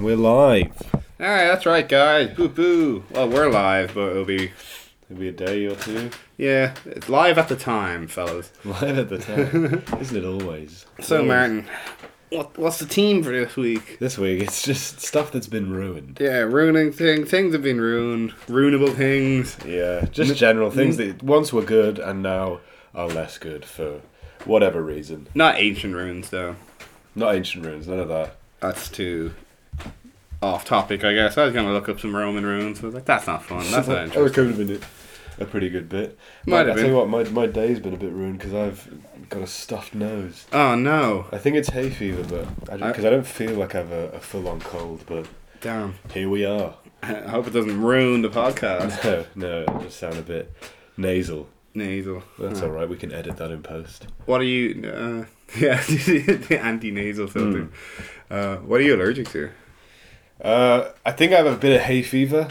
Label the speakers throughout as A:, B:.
A: We're live.
B: All right, that's right, guys. Boo boo. Well, we're live, but it'll be
A: It'll be a day or two.
B: yeah, it's live at the time, fellas.
A: Live at the time. Isn't it always?
B: So,
A: Always.
B: Martin, what what's the team for this week?
A: This week, it's just stuff that's been ruined.
B: Yeah, ruining things. Things have been ruined. Ruinable things.
A: Yeah, just general things that once were good and now are less good for whatever reason.
B: Not ancient ruins, though.
A: Not ancient ruins, none of that.
B: That's too off topic, I guess. I was gonna look up some Roman ruins. I was like, that's not fun. That's not
A: that
B: interesting.
A: was could have been a pretty good bit.
B: Might
A: I
B: have
A: tell
B: been.
A: you what, my, my day's been a bit ruined because I've got a stuffed nose.
B: Oh no!
A: I think it's hay fever, but because I,
B: I-
A: don't- 'cause I don't feel like I've a, a full on cold, but
B: Damn.
A: here we are.
B: I hope it doesn't ruin the podcast.
A: No, no, I just sound a bit nasal.
B: Nasal.
A: That's
B: Uh,
A: all right. We can edit that in post.
B: What are you? Uh, yeah, the anti-nasal filter. Uh, what are you allergic to?
A: Uh, I think I have a bit of hay fever.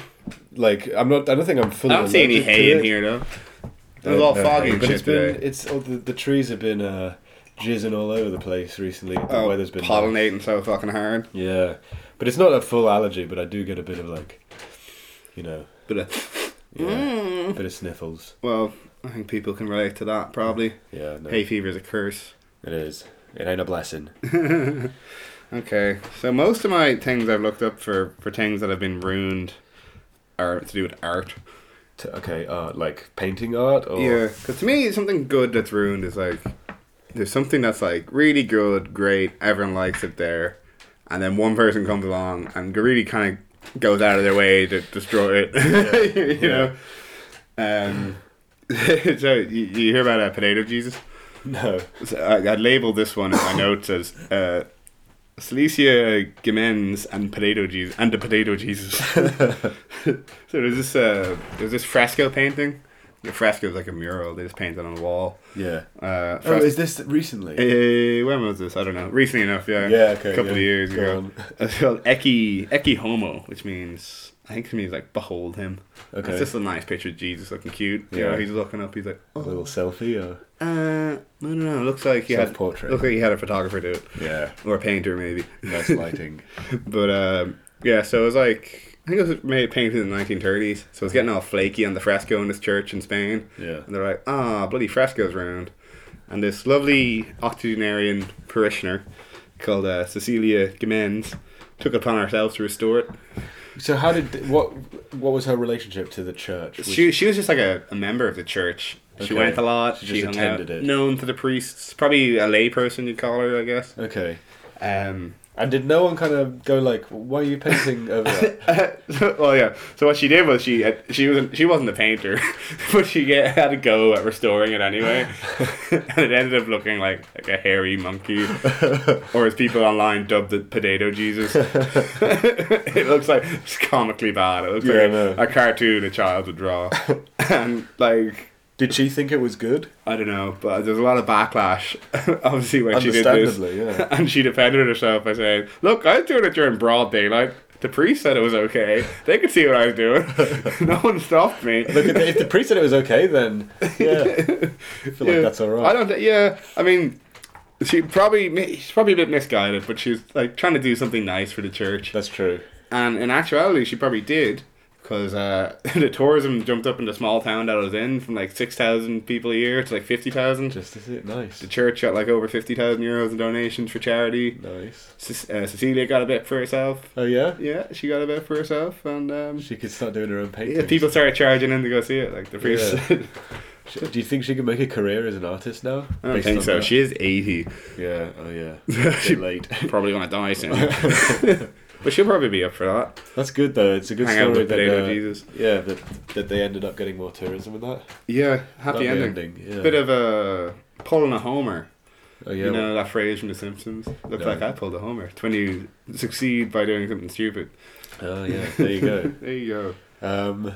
A: Like I'm not. I don't think I'm fully.
B: I don't see any
A: allergic
B: hay
A: to
B: in
A: it.
B: here though. It
A: No,
B: was all
A: no
B: foggy
A: hay,
B: and
A: but
B: shit
A: it's been.
B: today.
A: It's all the, the trees have been uh, jizzing all over the place recently. The
B: Oh,
A: weather's been
B: pollinating so fucking hard.
A: Yeah, but it's not a full allergy. But I do get a bit of like, you know,
B: But uh,
A: yeah,
B: Hmm.
A: a bit of sniffles.
B: well, I think people can relate to that probably.
A: Yeah, no,
B: Hay fever is a curse.
A: it is. It ain't a blessing.
B: Okay, so most of my things I've looked up for for things that have been ruined are to do with art.
A: T- okay, uh, like painting art or
B: Yeah, because to me, something good that's ruined is like there's something that's like really good, great, everyone likes it there, and then one person comes along and really kind of goes out of their way to destroy it. you know, um, so you, you hear about uh, potato Jesus?
A: no.
B: So I, I labeled this one in my notes as uh, Cilicia Gemens and Potato Jesus and the Potato Jesus. so there's this uh, there's this fresco painting. The fresco is like a mural. They just paint it on the wall.
A: Yeah.
B: Uh,
A: Oh,
B: fres-
A: is this recently?
B: Eh, when was this? I don't know. Recently enough, yeah.
A: Yeah, okay,
B: A couple
A: yeah.
B: of years
A: Go
B: ago.
A: on.
B: It's called Eki Eki Homo, which means I think it means like behold him.
A: Okay.
B: It's just a nice picture of Jesus looking cute. Yeah.
A: Yeah.
B: he's looking up. He's like,
A: a
B: oh,
A: little selfie or
B: uh, no, no, no. Looks like he had
A: Self-portrait.
B: Look like he had a photographer do it
A: yeah,
B: or a painter maybe.
A: nice lighting.
B: But um, yeah, so it was like I think it was made painted in the 1930s, so it's getting all flaky on the fresco in this church in Spain.
A: Yeah.
B: And they're like, ah, bloody frescoes round. And this lovely octogenarian parishioner called uh, Cecilia Gemens took it upon herself to restore it.
A: So how did what what was her relationship to the church? Was-
B: She, she was just like a, a member of the church.
A: Okay.
B: She went a lot.
A: She
B: She,
A: just
B: hung
A: attended
B: out,
A: it.
B: known to the priests. Probably a lay person you'd call her, I guess.
A: okay.
B: Um,
A: And did no one kind of go like, "Why are you painting over that?"
B: well, yeah. So what she did was she she wasn't she wasn't a painter, but she get, had a go at restoring it anyway, and it ended up looking like like a hairy monkey, or as people online dubbed it, potato Jesus. it looks like it's comically bad. It looks
A: Yeah, I
B: like
A: know.
B: a, a cartoon a child would draw, and like.
A: Did she think it was good?
B: I don't know, but there's a lot of backlash, obviously, when she did this.
A: Understandably, yeah.
B: And she defended herself by saying, Look, I was doing it during broad daylight. The priest said it was okay. They could see what I was doing. no one stopped me.
A: Look, if the, if the priest said it was okay, then yeah, I feel like that's all
B: I
A: right.
B: don't, thi- yeah, I mean, she probably, mi- she's probably a bit misguided, but she's like trying to do something nice for the church.
A: That's true.
B: And in actuality, she probably did. Because uh, the tourism jumped up in the small town that I was in from like 6,000 people a year to like 50,000.
A: Just is it nice?
B: The church got like over 50,000 euros in donations for charity.
A: Nice.
B: Ce- uh, Cecilia got a bit for herself.
A: Oh yeah,
B: Yeah, she got a bit for herself. And um,
A: she could start doing her own paintings.
B: yeah, people started charging in to go see it. Like the priest.
A: Yeah. Sh- Do you think she could make a career as an artist now?
B: I don't
A: Based
B: think
A: on
B: so.
A: that?
B: She is 80.
A: Yeah. Oh yeah. Bit late.
B: Probably going to die soon. but she'll probably be up for that.
A: That's good though. It's a good
B: Hang out
A: story
B: with
A: that
B: potato
A: uh,
B: Jesus.
A: yeah that that they ended up getting more tourism with that.
B: Yeah, happy
A: Lovely
B: ending.
A: ending, yeah.
B: Bit of a pulling a homer.
A: Oh yeah,
B: You know that phrase from The Simpsons? Looked
A: No.
B: like I pulled a homer. It's when you succeed by doing something stupid.
A: oh yeah. There you go.
B: There you go.
A: Um,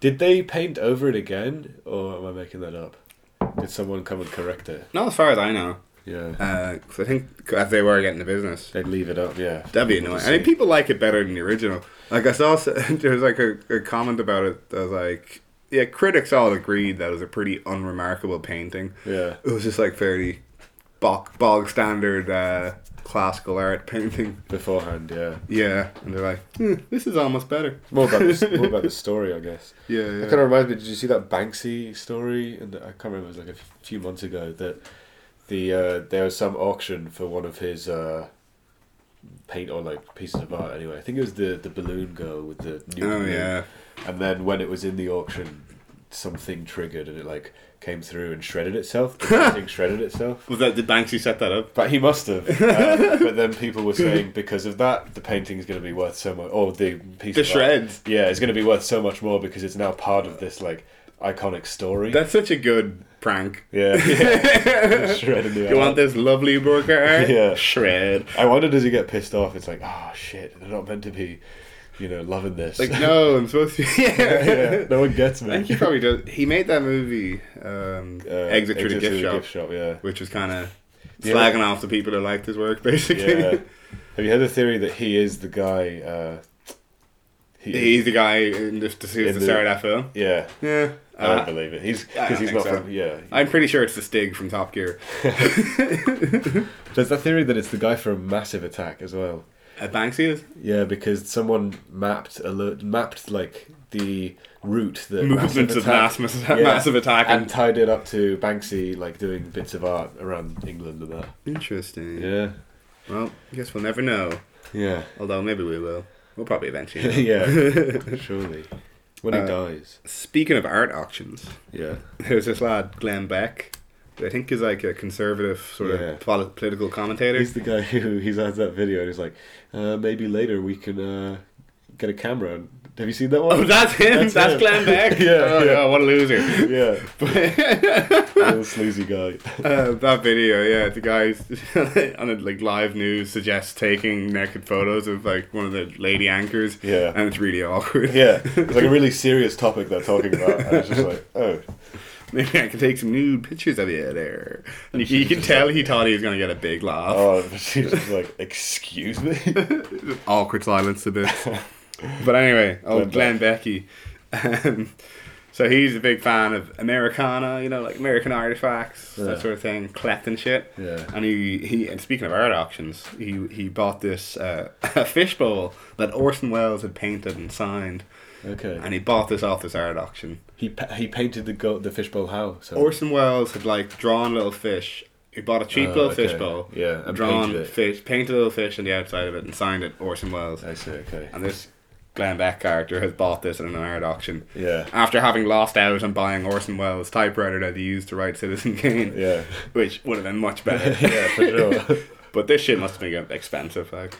A: did they paint over it again, or am I making that up? Did someone come and correct it?
B: Not as far as I know.
A: Yeah,
B: Uh 'cause I think as they were getting the business,
A: they'd leave it up. Yeah,
B: That'd be
A: People
B: annoying.
A: to
B: I
A: see.
B: mean, people like it better than the original. Like I saw, s- there was like a, a comment about it that was like, yeah, critics all agreed that it was a pretty unremarkable painting.
A: Yeah,
B: It was just like fairly bog, bog standard uh, classical art painting.
A: beforehand. Yeah,
B: Yeah, and they're like, hmm, this is almost better.
A: more about the, more about the story, I guess.
B: Yeah,
A: That
B: yeah.
A: kind of reminds me. Did you see that Banksy story? And I can't remember. It was like a f- few months ago that the uh, there was some auction for one of his uh, paint or like pieces of art. Anyway, I think it was the the balloon girl with the new.
B: oh
A: balloon.
B: yeah,
A: And then when it was in the auction, something triggered and it like came through and shredded itself. The painting shredded itself.
B: was that did Banksy set that up?
A: But he must have. Uh, but then people were saying because of that, the painting is going to be worth so much, or the piece
B: The
A: of art
B: shreds.
A: yeah, it's going to be worth so much more because it's now part of this like iconic story.
B: That's such a good prank.
A: yeah, yeah. shredding the
B: You
A: art.
B: want this lovely burger? art?
A: Yeah.
B: shred.
A: I wonder does he get pissed off? It's like, oh shit, they're not meant to be, you know, loving this.
B: Like no, I'm supposed to. yeah,
A: yeah, no one gets
B: I think
A: me.
B: he probably does. He made that movie, um,
A: Uh,
B: Exit Through the Gift Shop,
A: yeah.
B: which was kind of
A: Yeah.
B: slagging off the people that liked his work, basically.
A: yeah. Have you heard the theory that he is the guy? Uh, he,
B: He's the guy in this, this who's
A: In
B: the,
A: the-
B: star of that film.
A: yeah.
B: Yeah.
A: I don't
B: Uh,
A: believe it. He's
B: I
A: because
B: don't
A: he's
B: think
A: not
B: so.
A: from yeah.
B: I'm pretty sure it's the Stig from Top Gear.
A: There's that theory that it's the guy from Massive Attack as well.
B: Uh, Banksy is?
A: Yeah, because someone mapped a lo- mapped like the route that
B: Movements
A: Massive
B: of
A: Attack-
B: mass, mass,
A: Yeah.
B: massive attack.
A: and
B: And,
A: tied it up to Banksy like doing bits of art around England and that.
B: Interesting.
A: Yeah,
B: Well, I guess we'll never know.
A: yeah,
B: Although maybe we will. We'll probably eventually. know.
A: yeah. Surely, when he
B: Uh,
A: dies.
B: Speaking of art auctions,
A: Yeah,
B: there's this lad, Glenn Beck, who I think is like a conservative sort
A: Yeah.
B: of poli- political commentator.
A: he's the guy who he has that video and he's like, uh, maybe later we can uh, get a camera. And, have you seen that one?
B: Oh, that's him. That's,
A: That's him.
B: Glenn Beck.
A: Yeah,
B: Oh,
A: yeah.
B: God, what a loser.
A: yeah, little sleazy guy.
B: Uh, that video, yeah, the guys on a, like live news suggests taking naked photos of like one of the lady anchors,
A: Yeah.
B: and it's really awkward.
A: Yeah, it's like a really serious topic they're talking about. And it's just like, oh,
B: Maybe I can take some nude pictures of you there. And you can tell he thought he was gonna get a big laugh.
A: oh, but she's just like, excuse me.
B: awkward silence a bit. but anyway, oh
A: Glenn
B: Glenn Becky. Um, so he's a big fan of Americana, you know, like American artifacts,
A: Yeah.
B: that sort of thing, cleft and shit.
A: Yeah.
B: And he, he and speaking of art auctions, he he bought this uh, fishbowl that Orson Welles had painted and signed,
A: Okay,
B: and he bought this off this art auction.
A: he pa- he painted the go- the fishbowl how so
B: Orson Welles had like drawn little fish. He bought a cheap
A: Oh,
B: little
A: okay.
B: fishbowl,
A: Yeah, and
B: drawn
A: painted it.
B: fish, painted a little fish on the outside of it, and signed it Orson Welles.
A: I see. Okay.
B: And this Glenn Beck character has bought this at an art auction.
A: Yeah.
B: After having lost out on buying Orson Welles' typewriter that he used to write Citizen Kane,
A: Yeah.
B: which would have been much better.
A: Yeah, for sure.
B: but this shit must have been expensive. Like.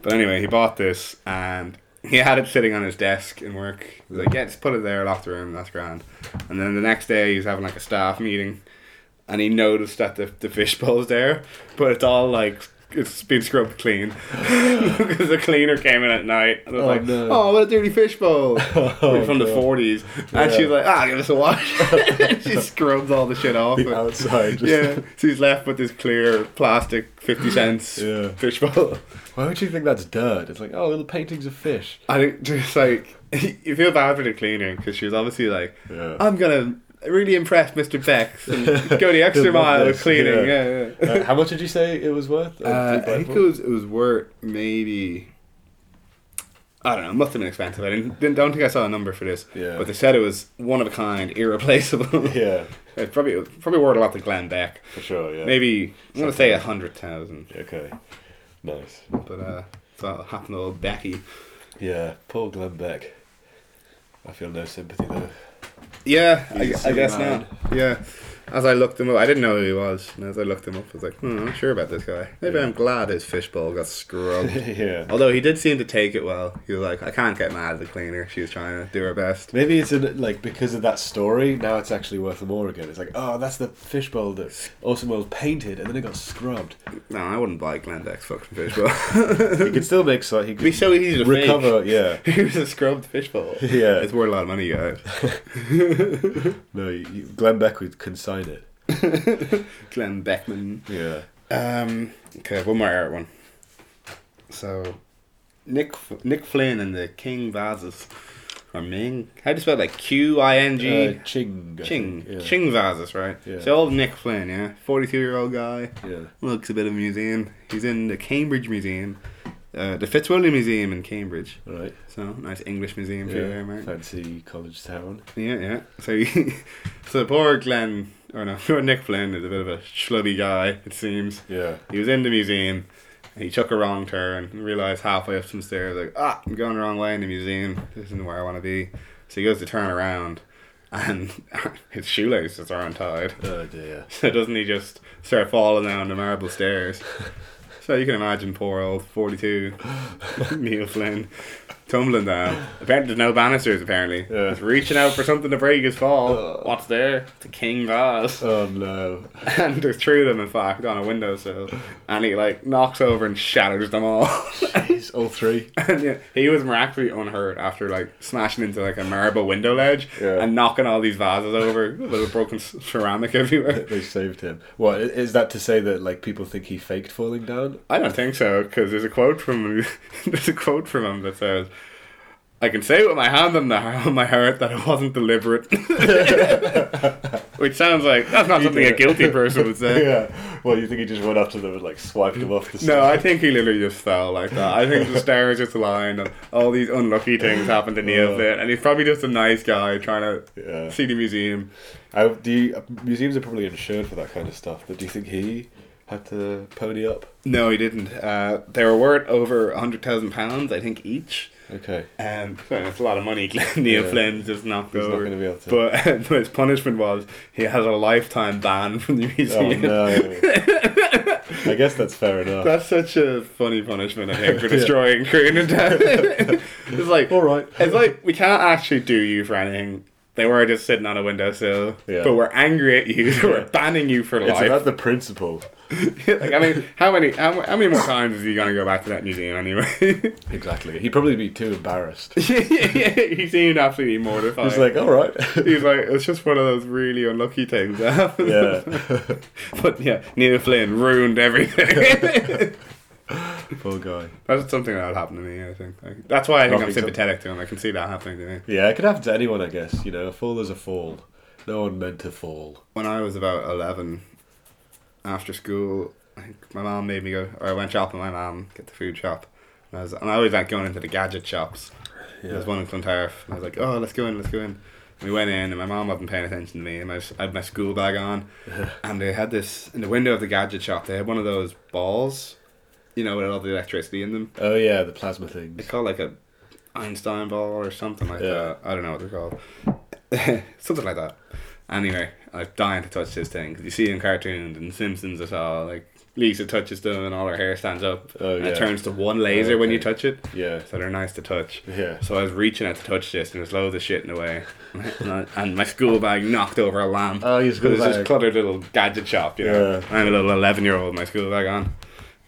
B: But anyway, he bought this and he had it sitting on his desk in work. He's like, yeah, just put it there, lock the room, that's grand. And then the next day, he's having like a staff meeting and he noticed that the, the fishbowl's there, but it's all like. It's been scrubbed clean because the cleaner came in at night and was
A: Oh,
B: like,
A: no.
B: "Oh, what a dirty fishbowl!"
A: Oh,
B: from the
A: God.
B: '40s, and
A: Yeah.
B: she's like, "Ah, give us a wash." she scrubs all the shit off. it.
A: The outside. Just,
B: Yeah, so he's left with this clear plastic fifty cents
A: Yeah.
B: fishbowl.
A: Why would you think that's dirt? It's like, oh, little paintings of fish.
B: I think just like you feel bad for the cleaner because she was obviously like,
A: Yeah.
B: I'm gonna really impress Mr. Bex and go the
A: Love
B: extra mile of
A: this,
B: cleaning.
A: yeah.
B: Yeah, yeah.
A: Uh, how much did you say it was worth? Uh,
B: Uh,
A: three
B: I
A: by
B: think
A: four?
B: it was it was worth maybe. I don't know. It must have been expensive. I didn't, didn't don't think I saw a number for this.
A: Yeah.
B: But they said it was one of a kind, irreplaceable.
A: Yeah,
B: It probably it probably worth a lot to Glenn Beck.
A: for sure. Yeah.
B: Maybe I'm gonna say a hundred thousand.
A: Okay. Nice.
B: But uh, so it happened to old Becky.
A: Yeah. Poor Glenn Beck. I feel no sympathy though.
B: Yeah, I,
A: He's
B: I
A: so
B: guess
A: mad.
B: not. Yeah. As I looked him up, I didn't know who he was. And as I looked him up, I was like, hmm, I'm not sure about this guy. Maybe
A: Yeah.
B: I'm glad his fishbowl got scrubbed.
A: yeah.
B: Although he did seem to take it well. He was like, I can't get mad at the cleaner. She was trying to do her best.
A: Maybe it's in, like because of that story. Now it's actually worth more again. It's like, oh, that's the fishbowl that Orson Welles painted, and then it got scrubbed.
B: No, I wouldn't buy Glendeck's fucking fishbowl.
A: he could still make so he
B: It'd be
A: could
B: so easy to fake.
A: recover. Yeah.
B: He was a scrubbed fishbowl.
A: Yeah.
B: It's worth a lot of money, guys.
A: No, you, you, Glenn Beck would consign it.
B: Glenn Beckman.
A: Yeah.
B: Um, okay, one more art one. So, Nick Nick Flynn and the King Vases. or Ming. How do you spell that? Q I N G.
A: Uh, Ching. I
B: Ching
A: think, Yeah.
B: Ching Vazis, right?
A: Yeah.
B: So old Nick Flynn, yeah, forty-two year old guy
A: Yeah.
B: looks a bit of a museum. He's in the Cambridge Museum, uh, the Fitzwilliam Museum in Cambridge.
A: All right.
B: So nice English museum for you there,
A: Yeah.
B: mate.
A: Fancy college town.
B: Yeah, yeah. So, he, so poor Glenn, or no, poor Nick Flynn is a bit of a schlubby guy. It seems
A: Yeah.
B: he was in the museum. And he took a wrong turn and realized halfway up some stairs, like, ah, I'm going the wrong way in the museum. This isn't where I want to be. So he goes to turn around, and his shoelaces are untied.
A: Oh dear.
B: So doesn't he just start falling down the marble stairs? So you can imagine poor old 42 Neil Flynn tumbling down. Apparently, there's no banisters, apparently.
A: Yeah.
B: He's reaching out for something to break his fall.
A: Ugh.
B: What's there? It's a king vase.
A: Oh no.
B: And they threw them, in fact, on a windowsill. And he, like, knocks over and shatters them all.
A: Jeez, all three.
B: and yeah, he was miraculously unhurt after, like, smashing into, like, a marble window ledge
A: Yeah.
B: and knocking all these vases over. A little broken c- ceramic everywhere.
A: They saved him. What i- is that to say that like people think he faked falling down?
B: I don't think so, because there's a quote from him. there's a quote from him that says, "I can say with my hand on, the, on my heart that it wasn't deliberate," which sounds like that's not something a guilty person would say.
A: yeah. Well, you think he just went up to them and like swiped him off the
B: No, I think he literally just fell like that. I think the stars just aligned, and all these unlucky things happened to Neil Flynn, and he's probably just a nice guy trying to
A: Yeah.
B: see the museum.
A: I, do you, uh, museums are probably insured for that kind of stuff, but do you think he had to pony up?
B: No, he didn't. Uh, they were worth over a hundred thousand pounds, I think, each.
A: Okay.
B: Um, so it's a lot of money. Glenn Neil
A: Yeah.
B: Flynn's just knocked
A: He's not
B: over.
A: gonna be able to-
B: But, um, his punishment was he has a lifetime ban from the
A: Oh
B: museum.
A: no. I guess that's fair enough.
B: That's such a funny punishment, I think, for destroying Korean and It's like
A: All right.
B: It's like we can't actually do you for anything. They were just sitting on a windowsill,
A: Yeah.
B: but we're angry at you. So we're banning you for
A: It's
B: life.
A: about the principle.
B: like, I mean, how many how, how many more times is he gonna go back to that museum anyway?
A: Exactly. He'd probably be too embarrassed.
B: he seemed absolutely mortified.
A: He's like, all right.
B: He's like, it's just one of those really unlucky things that happens.
A: yeah.
B: But yeah, Neil Flynn ruined everything.
A: Poor guy.
B: that's something that would happen to me, I think. Like, that's why I think I'm
A: Nothing's up.
B: sympathetic to him. I can see that happening to me.
A: Yeah, it could happen to anyone, I guess. You know, a fall is a fall. No one meant to fall.
B: When I was about 11, after school, I think my mom made me go, or I went shopping with my mom, get the food shop. And I, was, and I always like going into the gadget shops. There's one in Clontarf. And I was like, oh, let's go in, let's go in. And we went in, and my mom wasn't paying attention to me, and I, just, I had my school bag on. and they had this, in the window of the gadget shop, they had one of those balls, you know, with all the electricity in them.
A: Oh yeah, the plasma
B: It's
A: things.
B: called like a Einstein ball or something like
A: Yeah.
B: that. I don't know what they're called. something like that. Anyway, I'm dying to touch this thing 'cause you see in cartoons and Simpsons at all, like Lisa touches them and all her hair stands up.
A: Oh,
B: and
A: yeah.
B: It turns to one laser when you
A: Okay.
B: touch it.
A: Yeah.
B: So they're nice to touch.
A: Yeah.
B: So I was reaching out to touch this, and there's loads of shit in the way, and, I- and my school bag knocked over a lamp.
A: Oh, your school
B: It was
A: bag.
B: this cluttered little gadget shop, you know.
A: Yeah.
B: I'm a little eleven-year-old, with my school bag on,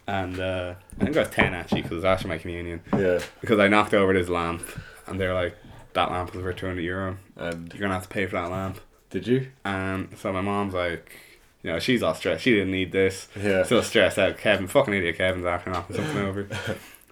B: and uh, I think I was ten actually, because it was after my communion,
A: Yeah.
B: because I knocked over this lamp, and they're like, "That lamp was worth two hundred euro.
A: And
B: You're gonna have to pay for that lamp."
A: did you?
B: Um, so my mom's like, you know, she's all stressed. She didn't need this.
A: Yeah.
B: Still stressed out. Kevin, fucking idiot. Kevin's acting off and something over.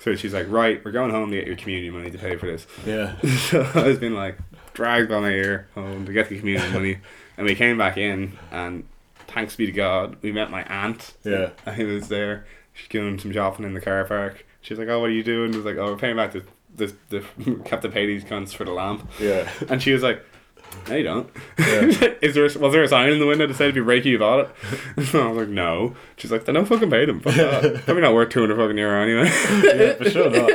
B: So she's like, right, we're going home to get your community money to pay for this.
A: Yeah.
B: so I was being like dragged by my ear home to get the community money, and we came back in, and thanks be to God, we met my aunt.
A: Yeah.
B: I was there. She's doing some shopping in the car park. She's like, "Oh, what are you doing?" I was like, "Oh, we're paying back the the the Captain Patey's cunts for the lamp."
A: Yeah.
B: And she was like, "No, you don't."
A: Yeah.
B: Is there a, was there a sign in the window that said if you break it, you bought it? And I was like, "No." She's like, "Then don't fucking pay them. Fuck that. Probably not worth two hundred fucking euro anyway."
A: Yeah, for sure not.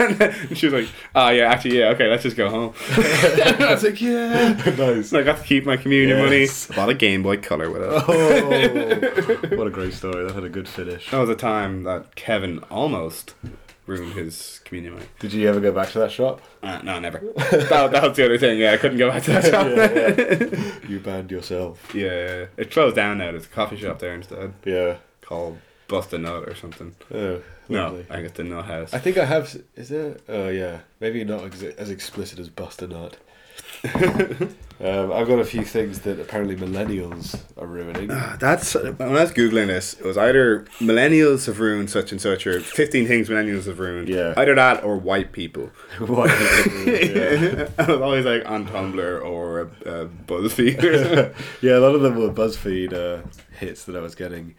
B: and then she was like, "Oh yeah, actually yeah, okay, let's just go home." I was like, "Yeah."
A: nice.
B: So I got to keep my community
A: Yes.
B: money. Bought a Game Boy Color with it.
A: Oh, what a great story. That had a good finish.
B: That was a time that Kevin almost ruined his community money.
A: Did you ever go back to that shop?
B: Uh, no, never. that, that was the other thing. Yeah, I couldn't go back to that shop.
A: You banned yourself.
B: Yeah, it closed down now. There's a coffee shop there instead
A: Yeah.
B: called Bust a Nut or something.
A: Oh, lovely.
B: No, I think it's the Nut House.
A: I think I have. s- Is there? Oh yeah. Maybe not ex- as explicit as Buster Nut. Um, I've got a few things that apparently millennials are ruining.
B: That's when I was googling this, it was either millennials have ruined such and such, or fifteen things millennials have ruined.
A: Yeah.
B: either that or white people.
A: What- yeah.
B: I was always like on Tumblr or uh, BuzzFeed. Or something.
A: yeah, a lot of them were BuzzFeed uh, hits that I was getting,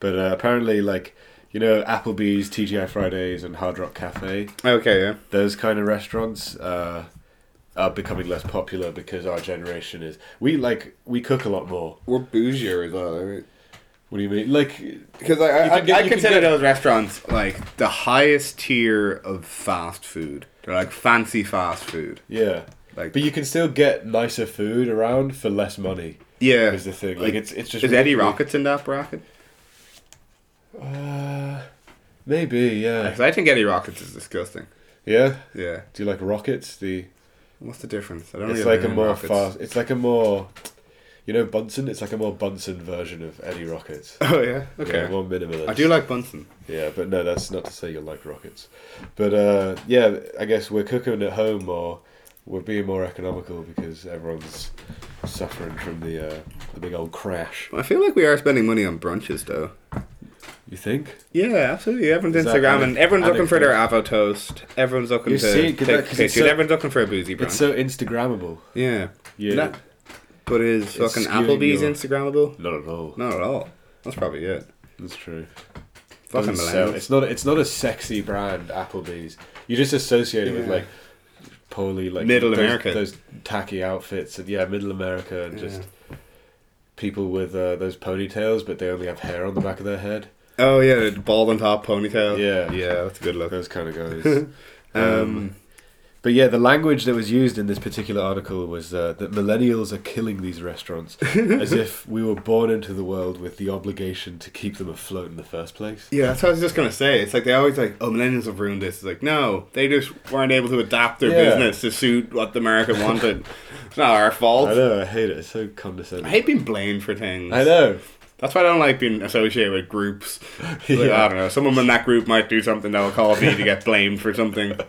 A: but uh, apparently, like you know, Applebee's, TGI Fridays, and Hard Rock Cafe,
B: okay, yeah.
A: those kind of restaurants uh, are becoming less popular because our generation is we like we cook a lot more.
B: We're bougier as well. right?
A: What do you mean? Like,
B: Because I,
A: You can
B: I,
A: get-
B: I
A: you can
B: consider
A: get-
B: those restaurants like the highest tier of fast food. They're like fancy fast food.
A: yeah,
B: Like-
A: but you can still get nicer food around for less money.
B: Yeah,
A: Is the thing like, it's it's just
B: is Eddie
A: really-
B: Rockets in that bracket?
A: Uh, maybe yeah,
B: Because I think Eddie Rockets is disgusting.
A: yeah.
B: Yeah,
A: Do you like rockets? The
B: what's the difference? I don't.
A: it's
B: really
A: like a
B: know
A: more
B: Rockets.
A: fast. It's like a more, you know, Bunsen. It's like a more Bunsen version of Eddie Rockets.
B: Oh yeah.
A: Yeah, more minimalist.
B: I do like Bunsen.
A: Yeah, but no, that's not to say you'll like rockets. But uh, yeah, I guess we're cooking at home or we're being more economical because everyone's suffering from the uh, the big old crash.
B: I feel like we are spending money on brunches though.
A: You think?
B: Yeah, absolutely. Everyone's
A: Is that
B: Instagramming.
A: an-
B: everyone's
A: an
B: looking for their avo toast. Everyone's looking
A: You
B: to
A: see, 'cause
B: take
A: that- 'cause it's
B: pictures.
A: so-
B: Everyone's looking for a boozy brunch.
A: It's so Instagrammable.
B: yeah.
A: Yeah.
B: That- but is fucking
A: skewing
B: Applebee's
A: your-
B: Instagrammable?
A: Not at all.
B: Not at all. That's probably it.
A: That's true.
B: Fucking
A: Doesn't
B: millennials.
A: sell- It's not. It's not a sexy brand. Applebee's. You just associate it with
B: Yeah.
A: like poorly like
B: Middle
A: those,
B: America.
A: those tacky outfits, and yeah, middle America, and just people with uh, those ponytails, but they only have hair on the back of their head.
B: Oh yeah, the bald on top ponytail.
A: Yeah.
B: yeah, that's a good look.
A: Those kind of guys. um, but yeah, the language that was used in this particular article was uh, that millennials are killing these restaurants, as if we were born into the world with the obligation to keep them afloat in the first place.
B: Yeah, that's what I was just gonna say. It's like they always like, oh, millennials have ruined this. It's like, no, they just weren't able to adapt their
A: Yeah.
B: business to suit what the market wanted. it's not our fault.
A: I
B: I,
A: know. I hate it. It's so condescending.
B: hate being blamed for things.
A: I know.
B: That's why I don't like being associated with groups. Like,
A: Yeah.
B: I don't know. Someone in that group might do something that will cause me to get blamed for something.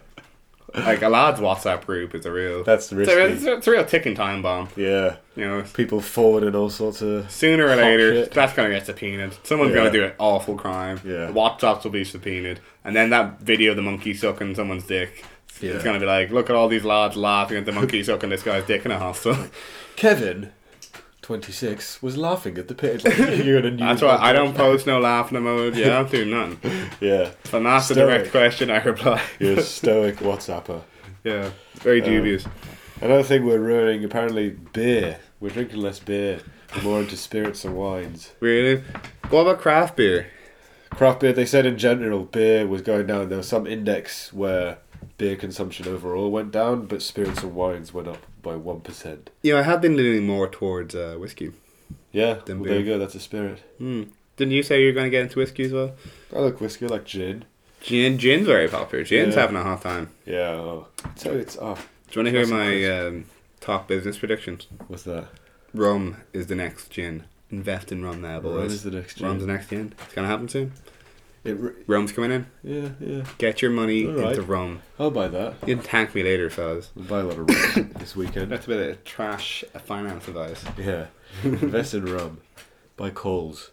B: Like a lad's WhatsApp group is a real.
A: That's
B: it's a, it's
A: risky.
B: a- it's a real ticking time bomb.
A: Yeah.
B: You know,
A: People forwarding all sorts of.
B: sooner or
A: Hot
B: later,
A: Oh, shit.
B: that's going to get subpoenaed. Someone's
A: Yeah.
B: going to do an awful crime.
A: Yeah.
B: The WhatsApps will be subpoenaed. And then that video of the monkey sucking someone's dick.
A: Yeah.
B: It's going to be like, look at all these lads laughing at the monkey sucking this guy's dick in a hostel.
A: Kevin, 26, was laughing at the pit. It's Like, you're in a new.
B: That's why I don't post no laughing emoji. Yeah, I don't do nothing.
A: Yeah.
B: If I'm asked a
A: Stoic.
B: direct question, I reply.
A: You're a stoic WhatsApper.
B: yeah. It's very
A: Uh,
B: dubious.
A: Another thing we're ruining, apparently, beer. We're drinking less beer. We're more into spirits and wines.
B: Really? What about craft beer?
A: Craft beer, they said in general, beer was going down. There was some index where beer consumption overall went down, but spirits and wines went up by 1%.
B: You know, I have been leaning more towards uh, whiskey.
A: Yeah,
B: Then
A: well, there you
B: beer.
A: go. That's a spirit.
B: Hmm. Didn't you say you were going to get into whiskey as well?
A: I like whiskey, I like gin.
B: Gin, gin's very popular. Gin's
A: Yeah.
B: having a hot time.
A: Yeah. oh. So it's. Oh,
B: Do you want to hear
A: Awesome
B: my um, top business predictions?
A: what's that?
B: Rum is the next gin. Invest in rum now, boys.
A: Rum is the next gin.
B: Rum's the next gin. It's gonna happen soon.
A: It re-
B: Rum's coming in.
A: yeah, yeah.
B: Get your money
A: All right.
B: into rum.
A: I'll buy that.
B: You can thank me later, fellas.
A: I'll buy a lot of rum this weekend.
B: That's a bit of trash finance advice.
A: Yeah. Invest in rum. Buy Coles.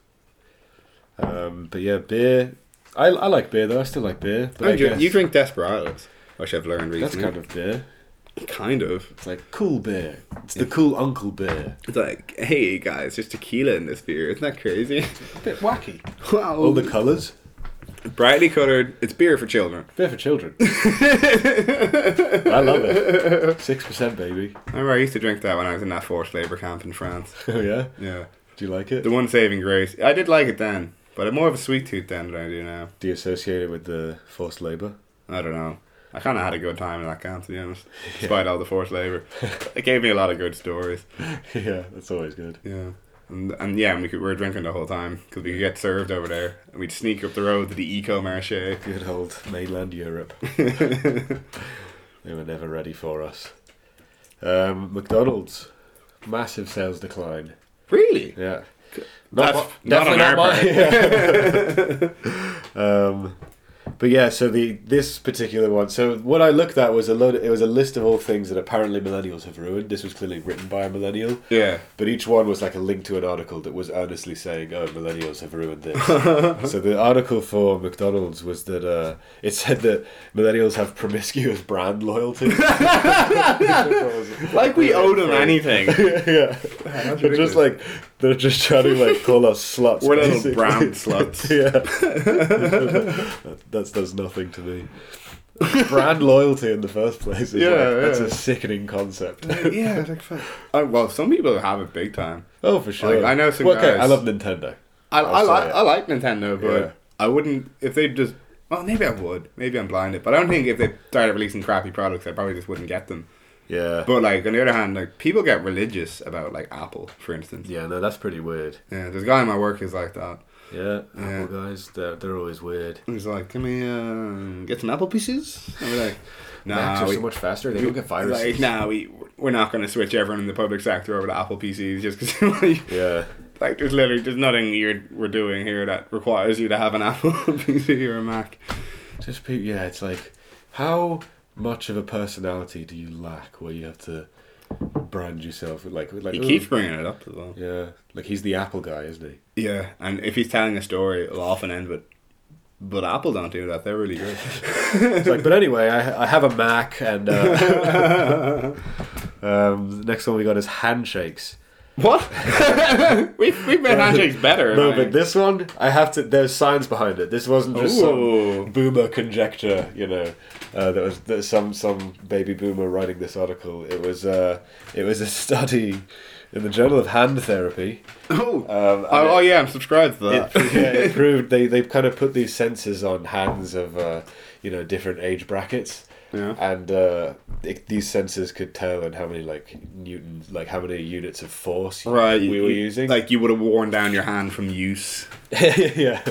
A: Um, but yeah, beer. I, I like beer though. I still like beer. But I
B: And you,
A: guess
B: you drink desperados, which I've learned
A: that's
B: recently.
A: kind of beer.
B: of kind of.
A: It's like cool beer. It's the cool uncle beer.
B: It's like, hey guys, there's tequila in this beer. Isn't that crazy?
A: A bit wacky.
B: wow.
A: All the colours.
B: brightly colored. It's beer for children.
A: Beer for children. I love it. Six percent, baby.
B: I remember I used to drink that when I was in that forced labor camp in France.
A: Oh yeah.
B: Yeah.
A: Do you like it?
B: The one saving grace. I did like it then, but I'm more of a sweet tooth then than I do now.
A: Do you associate it with the forced labour?
B: I don't know. I kind of had a good time in that camp, to be honest, despite all the forced labor. it gave me a lot of good stories.
A: yeah, that's always good.
B: Yeah. And, and yeah, and we, could, we were drinking the whole time because we could get served over there. And we'd sneak up the road to the Eco Marché.
A: Good old mainland Europe. they were never ready for us. Um, McDonald's, massive sales decline.
B: Really?
A: Yeah.
B: That's
A: mu-
B: not on
A: definitely
B: our
A: not mine. um, But yeah, so the this particular one. So what I looked at was a load. It was a list of all things that apparently millennials have ruined. This was clearly written by a millennial,
B: Yeah.
A: but each one was like a link to an article that was earnestly saying, "Oh, millennials have ruined this." so the article for McDonald's was that uh, it said that millennials have promiscuous brand loyalty.
B: Like we owe them anything.
A: yeah, they're just like they're just trying to like call us sluts.
B: We're little
A: basically.
B: brown sluts.
A: Yeah. that, that does nothing to me. Brand loyalty in the first place. Is
B: Yeah,
A: like, That's
B: yeah.
A: a sickening concept.
B: yeah, it's like fuck. Uh, well, some people have it big time.
A: oh, for sure.
B: Like, I know some
A: Well, okay,
B: guys-
A: I love Nintendo.
B: I, I
A: I'll say
B: like
A: it.
B: I like Nintendo, but
A: Yeah.
B: I wouldn't if they just. Well, maybe I would. Maybe I'm blinded, but I don't think if they started releasing crappy products, I probably just wouldn't get them.
A: Yeah.
B: But like on the other hand, like people get religious about like Apple, for instance. Yeah,
A: yeah, no, that's pretty weird.
B: there's a guy in my work who's like that.
A: Yeah,
B: Yeah.
A: Apple guys, they're, they're always weird.
B: He's like, "Can we um, get some Apple pieces?" And we're like,
A: Macs
B: "Nah,
A: are
B: we,
A: so much faster. They don't get viruses.
B: like, nah, we we're not going to switch everyone in the public sector over to Apple PCs just because like,
A: yeah.
B: like there's literally there's nothing you're we're doing here that requires you to have an Apple PC or a Mac."
A: Just people, yeah, it's like, how much of a personality do you lack where you have to brand yourself with, like, with, like
B: He
A: "Ooh."
B: keeps bringing it up as well.
A: Yeah, like he's the Apple guy, isn't he?
B: Yeah, and if he's telling a story, it'll often end with, "But Apple don't do that. They're really good."
A: It's like, but anyway, I, I have a Mac, and uh, um, the next one we got is handshakes.
B: What? we've, we've made handshakes better.
A: No,
B: like.
A: but this one, I have to. There's science behind it. This wasn't just
B: Ooh.
A: some boomer conjecture, you know. Uh, that was that some some baby boomer writing this article. It was uh, it was a study in the Journal of Hand Therapy.
B: oh,
A: Um, and
B: oh, oh, yeah, I'm subscribed to
A: it,
B: that.
A: it- yeah, it proved they they kind of put these sensors on hands of uh, you know different age brackets.
B: Yeah.
A: And uh, it, these sensors could tell and how many like newtons, like how many units of force
B: right,
A: we
B: you-
A: were
B: you-
A: using.
B: Like you would have worn down your hand from use.
A: yeah,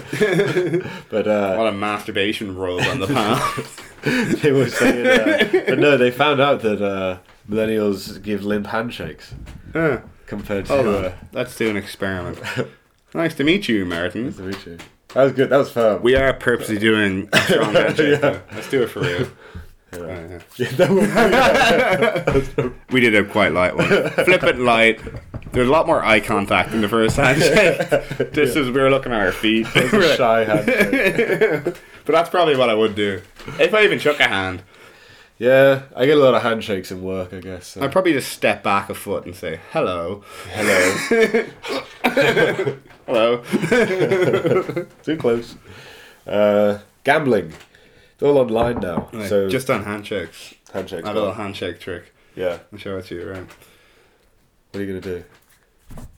A: but uh,
B: What a masturbation rub on the palm.
A: they were saying, uh, but no, they found out that uh, millennials give limp handshakes
B: Huh.
A: compared to.
B: Hold on,
A: Uh,
B: let's do an experiment. nice to meet you, Martin.
A: to reach you. that was good. That was firm.
B: We are purposely doing a strong handshake. though. Let's do it for real.
A: Yeah.
B: Alright, yeah.
A: Yeah, that was-
B: We did a quite light one. Flip it light. There's a lot more eye contact in the first handshake. Just as we were looking at our feet.
A: that was a shy handshake.
B: but that's probably what I would do. If I even shook a hand,
A: Yeah, I get a lot of handshakes in work. I guess. so.
B: I'd probably just step back a foot and say, hello.
A: Hello.
B: Hello.
A: Too close. Uh, gambling. It's all online now. so
B: so, just on handshakes.
A: handshakes.
B: A little handshake trick.
A: Yeah.
B: I'll show it to you around.
A: What are you gonna do?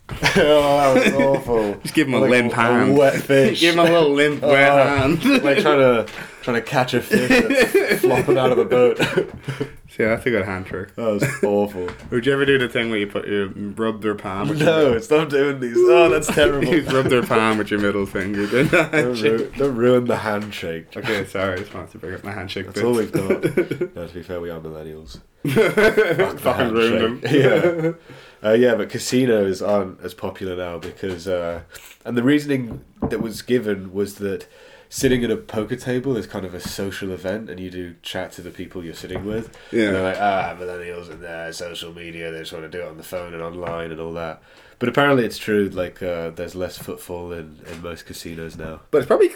A: oh, that was awful.
B: Just give him a
A: Like
B: limp hand.
A: A wet fish.
B: Give him a little limp wet
A: Oh,
B: hand.
A: like trying to trying to catch a fish that's flopping out of the boat. that
B: yeah, that's a good hand trick.
A: was awful.
B: Would you ever do the thing where you put your rub their palm? With
A: No, stop doing these. Oh, that's
B: your,
A: terrible.
B: you rub their palm with your middle finger. didn't I?
A: Don't, ru- don't ruin the handshake.
B: okay, sorry, I just wanted to bring up my handshake.
A: That's all we've got. No, to be fair, we are millennials.
B: Fuck, fucking ruined them.
A: Handshake. yeah. Uh, yeah, but casinos aren't as popular now because, uh, and the reasoning that was given was that sitting at a poker table is kind of a social event, and you do chat to the people you're sitting with.
B: Yeah.
A: and they're like ah, millennials and their social media, they just want to do it on the phone and online and all that. But apparently, it's true. Like, uh, there's less footfall in, in most casinos now.
B: But it's probably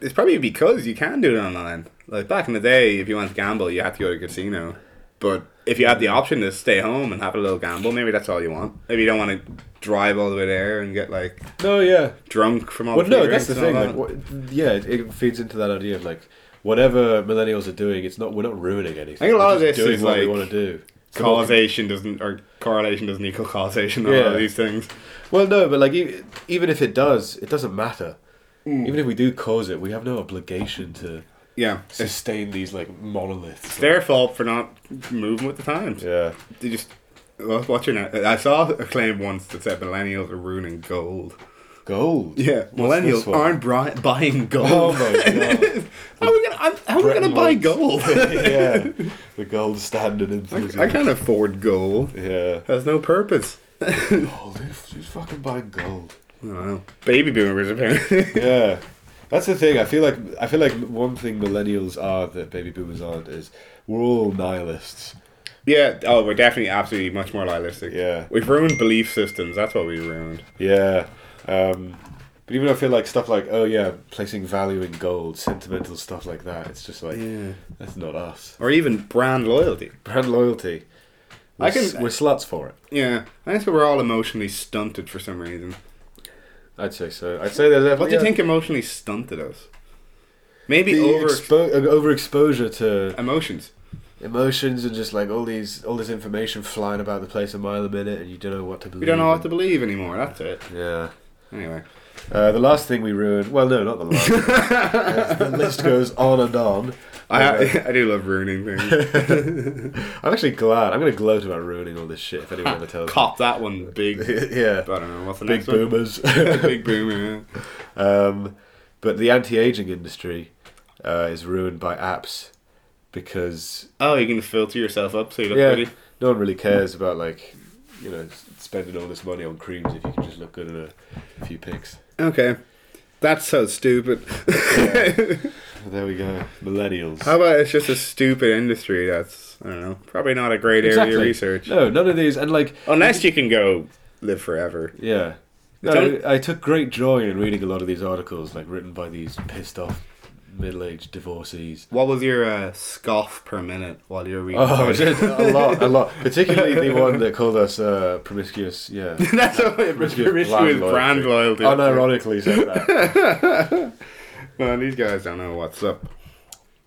B: it's probably because you can do it online. Like back in the day, if you wanted to gamble, you had to go to a casino. But if you had the option to stay home and have a little gamble, maybe that's all you want. Maybe you don't want to drive all the way there and get like
A: No, yeah,
B: drunk from all
A: Well,
B: the
A: no,
B: free
A: that's the
B: drinks and
A: thing.
B: all
A: Like,
B: that.
A: what- yeah, it, it feeds into that idea of like whatever millennials are doing, it's not we're not ruining anything.
B: I think a lot
A: We're
B: of
A: just
B: this
A: doing
B: is
A: what we
B: like
A: want to do. It's not-
B: causation doesn't or correlation doesn't equal causation. on All
A: Yeah.
B: of these things.
A: Well, no, but like e- even if it does, it doesn't matter.
B: Hmm.
A: Even if we do cause it, we have no obligation to
B: Yeah, it's
A: sustain these like monoliths.
B: their fault for not moving with the times.
A: yeah,
B: They just well, what's your name? I saw a claim once that said millennials are ruining gold.
A: gold.
B: Yeah,
A: What's this
B: millennials
A: one?
B: aren't bri- buying gold.
A: Oh my god.
B: how are we gonna? I'm- How are we gonna
A: Bretton
B: buy
A: Woods.
B: gold?
A: yeah, the gold standard in
B: I can't afford gold.
A: Yeah,
B: Has no purpose.
A: gold. Who's who's fucking buying gold?
B: I don't know. Baby boomers apparently.
A: Yeah. That's the thing. I feel like I feel like one thing millennials are that baby boomers aren't is we're all nihilists.
B: Yeah, oh, we're definitely absolutely much more nihilistic.
A: Yeah.
B: We've ruined belief systems. That's what we ruined.
A: Yeah. Um, but even I feel like stuff like oh yeah, placing value in gold, sentimental stuff like that. It's just like
B: Yeah.
A: that's not us.
B: Or even brand loyalty.
A: Brand loyalty. We're,
B: I can-
A: s- we're sluts for it.
B: Yeah. I think we're all emotionally stunted for some reason.
A: I'd say so. I'd say there's
B: What do you think emotionally stunted us? Maybe
A: The
B: over
A: expo- uh, overexposure to
B: emotions.
A: emotions and just like all these all this information flying about the place a mile a minute, and you don't know what to believe.
B: We don't know what to believe anymore. That's it.
A: Yeah.
B: Anyway.
A: Uh, the last thing we ruined. Well, no, not the last. Uh, the list goes on and on.
B: I, I do love ruining things.
A: I'm actually glad. I'm going to gloat about ruining all this shit if anyone ever tells me.
B: Cop that one big.
A: yeah.
B: I don't know. What's the
A: Big
B: next one?
A: boomers.
B: big boomer. yeah.
A: um, but the anti-aging industry uh, is ruined by apps because
B: Oh, you can filter yourself up so you look
A: yeah,
B: pretty.
A: no one really cares about like you know s- spending all this money on creams if you can just look good in a few pics.
B: Okay. That's so stupid.
A: There we go, millennials.
B: How about it's just a stupid industry that's, I don't know, probably not a great area of research.
A: No, none of these. And like,
B: Unless you can go live forever.
A: yeah. No,
B: Don't-
A: I took great joy in reading a lot of these articles, like written by these pissed off middle-aged divorcees.
B: What was your uh, scoff per minute while you were reading?
A: Oh, just a lot, a lot. Particularly the one that called us uh, promiscuous. Yeah,
B: that's what it was.
A: Promiscuous
B: Your issue is brand loyalty.
A: Oh, Unironically said that.
B: Man, these guys don't know what's up.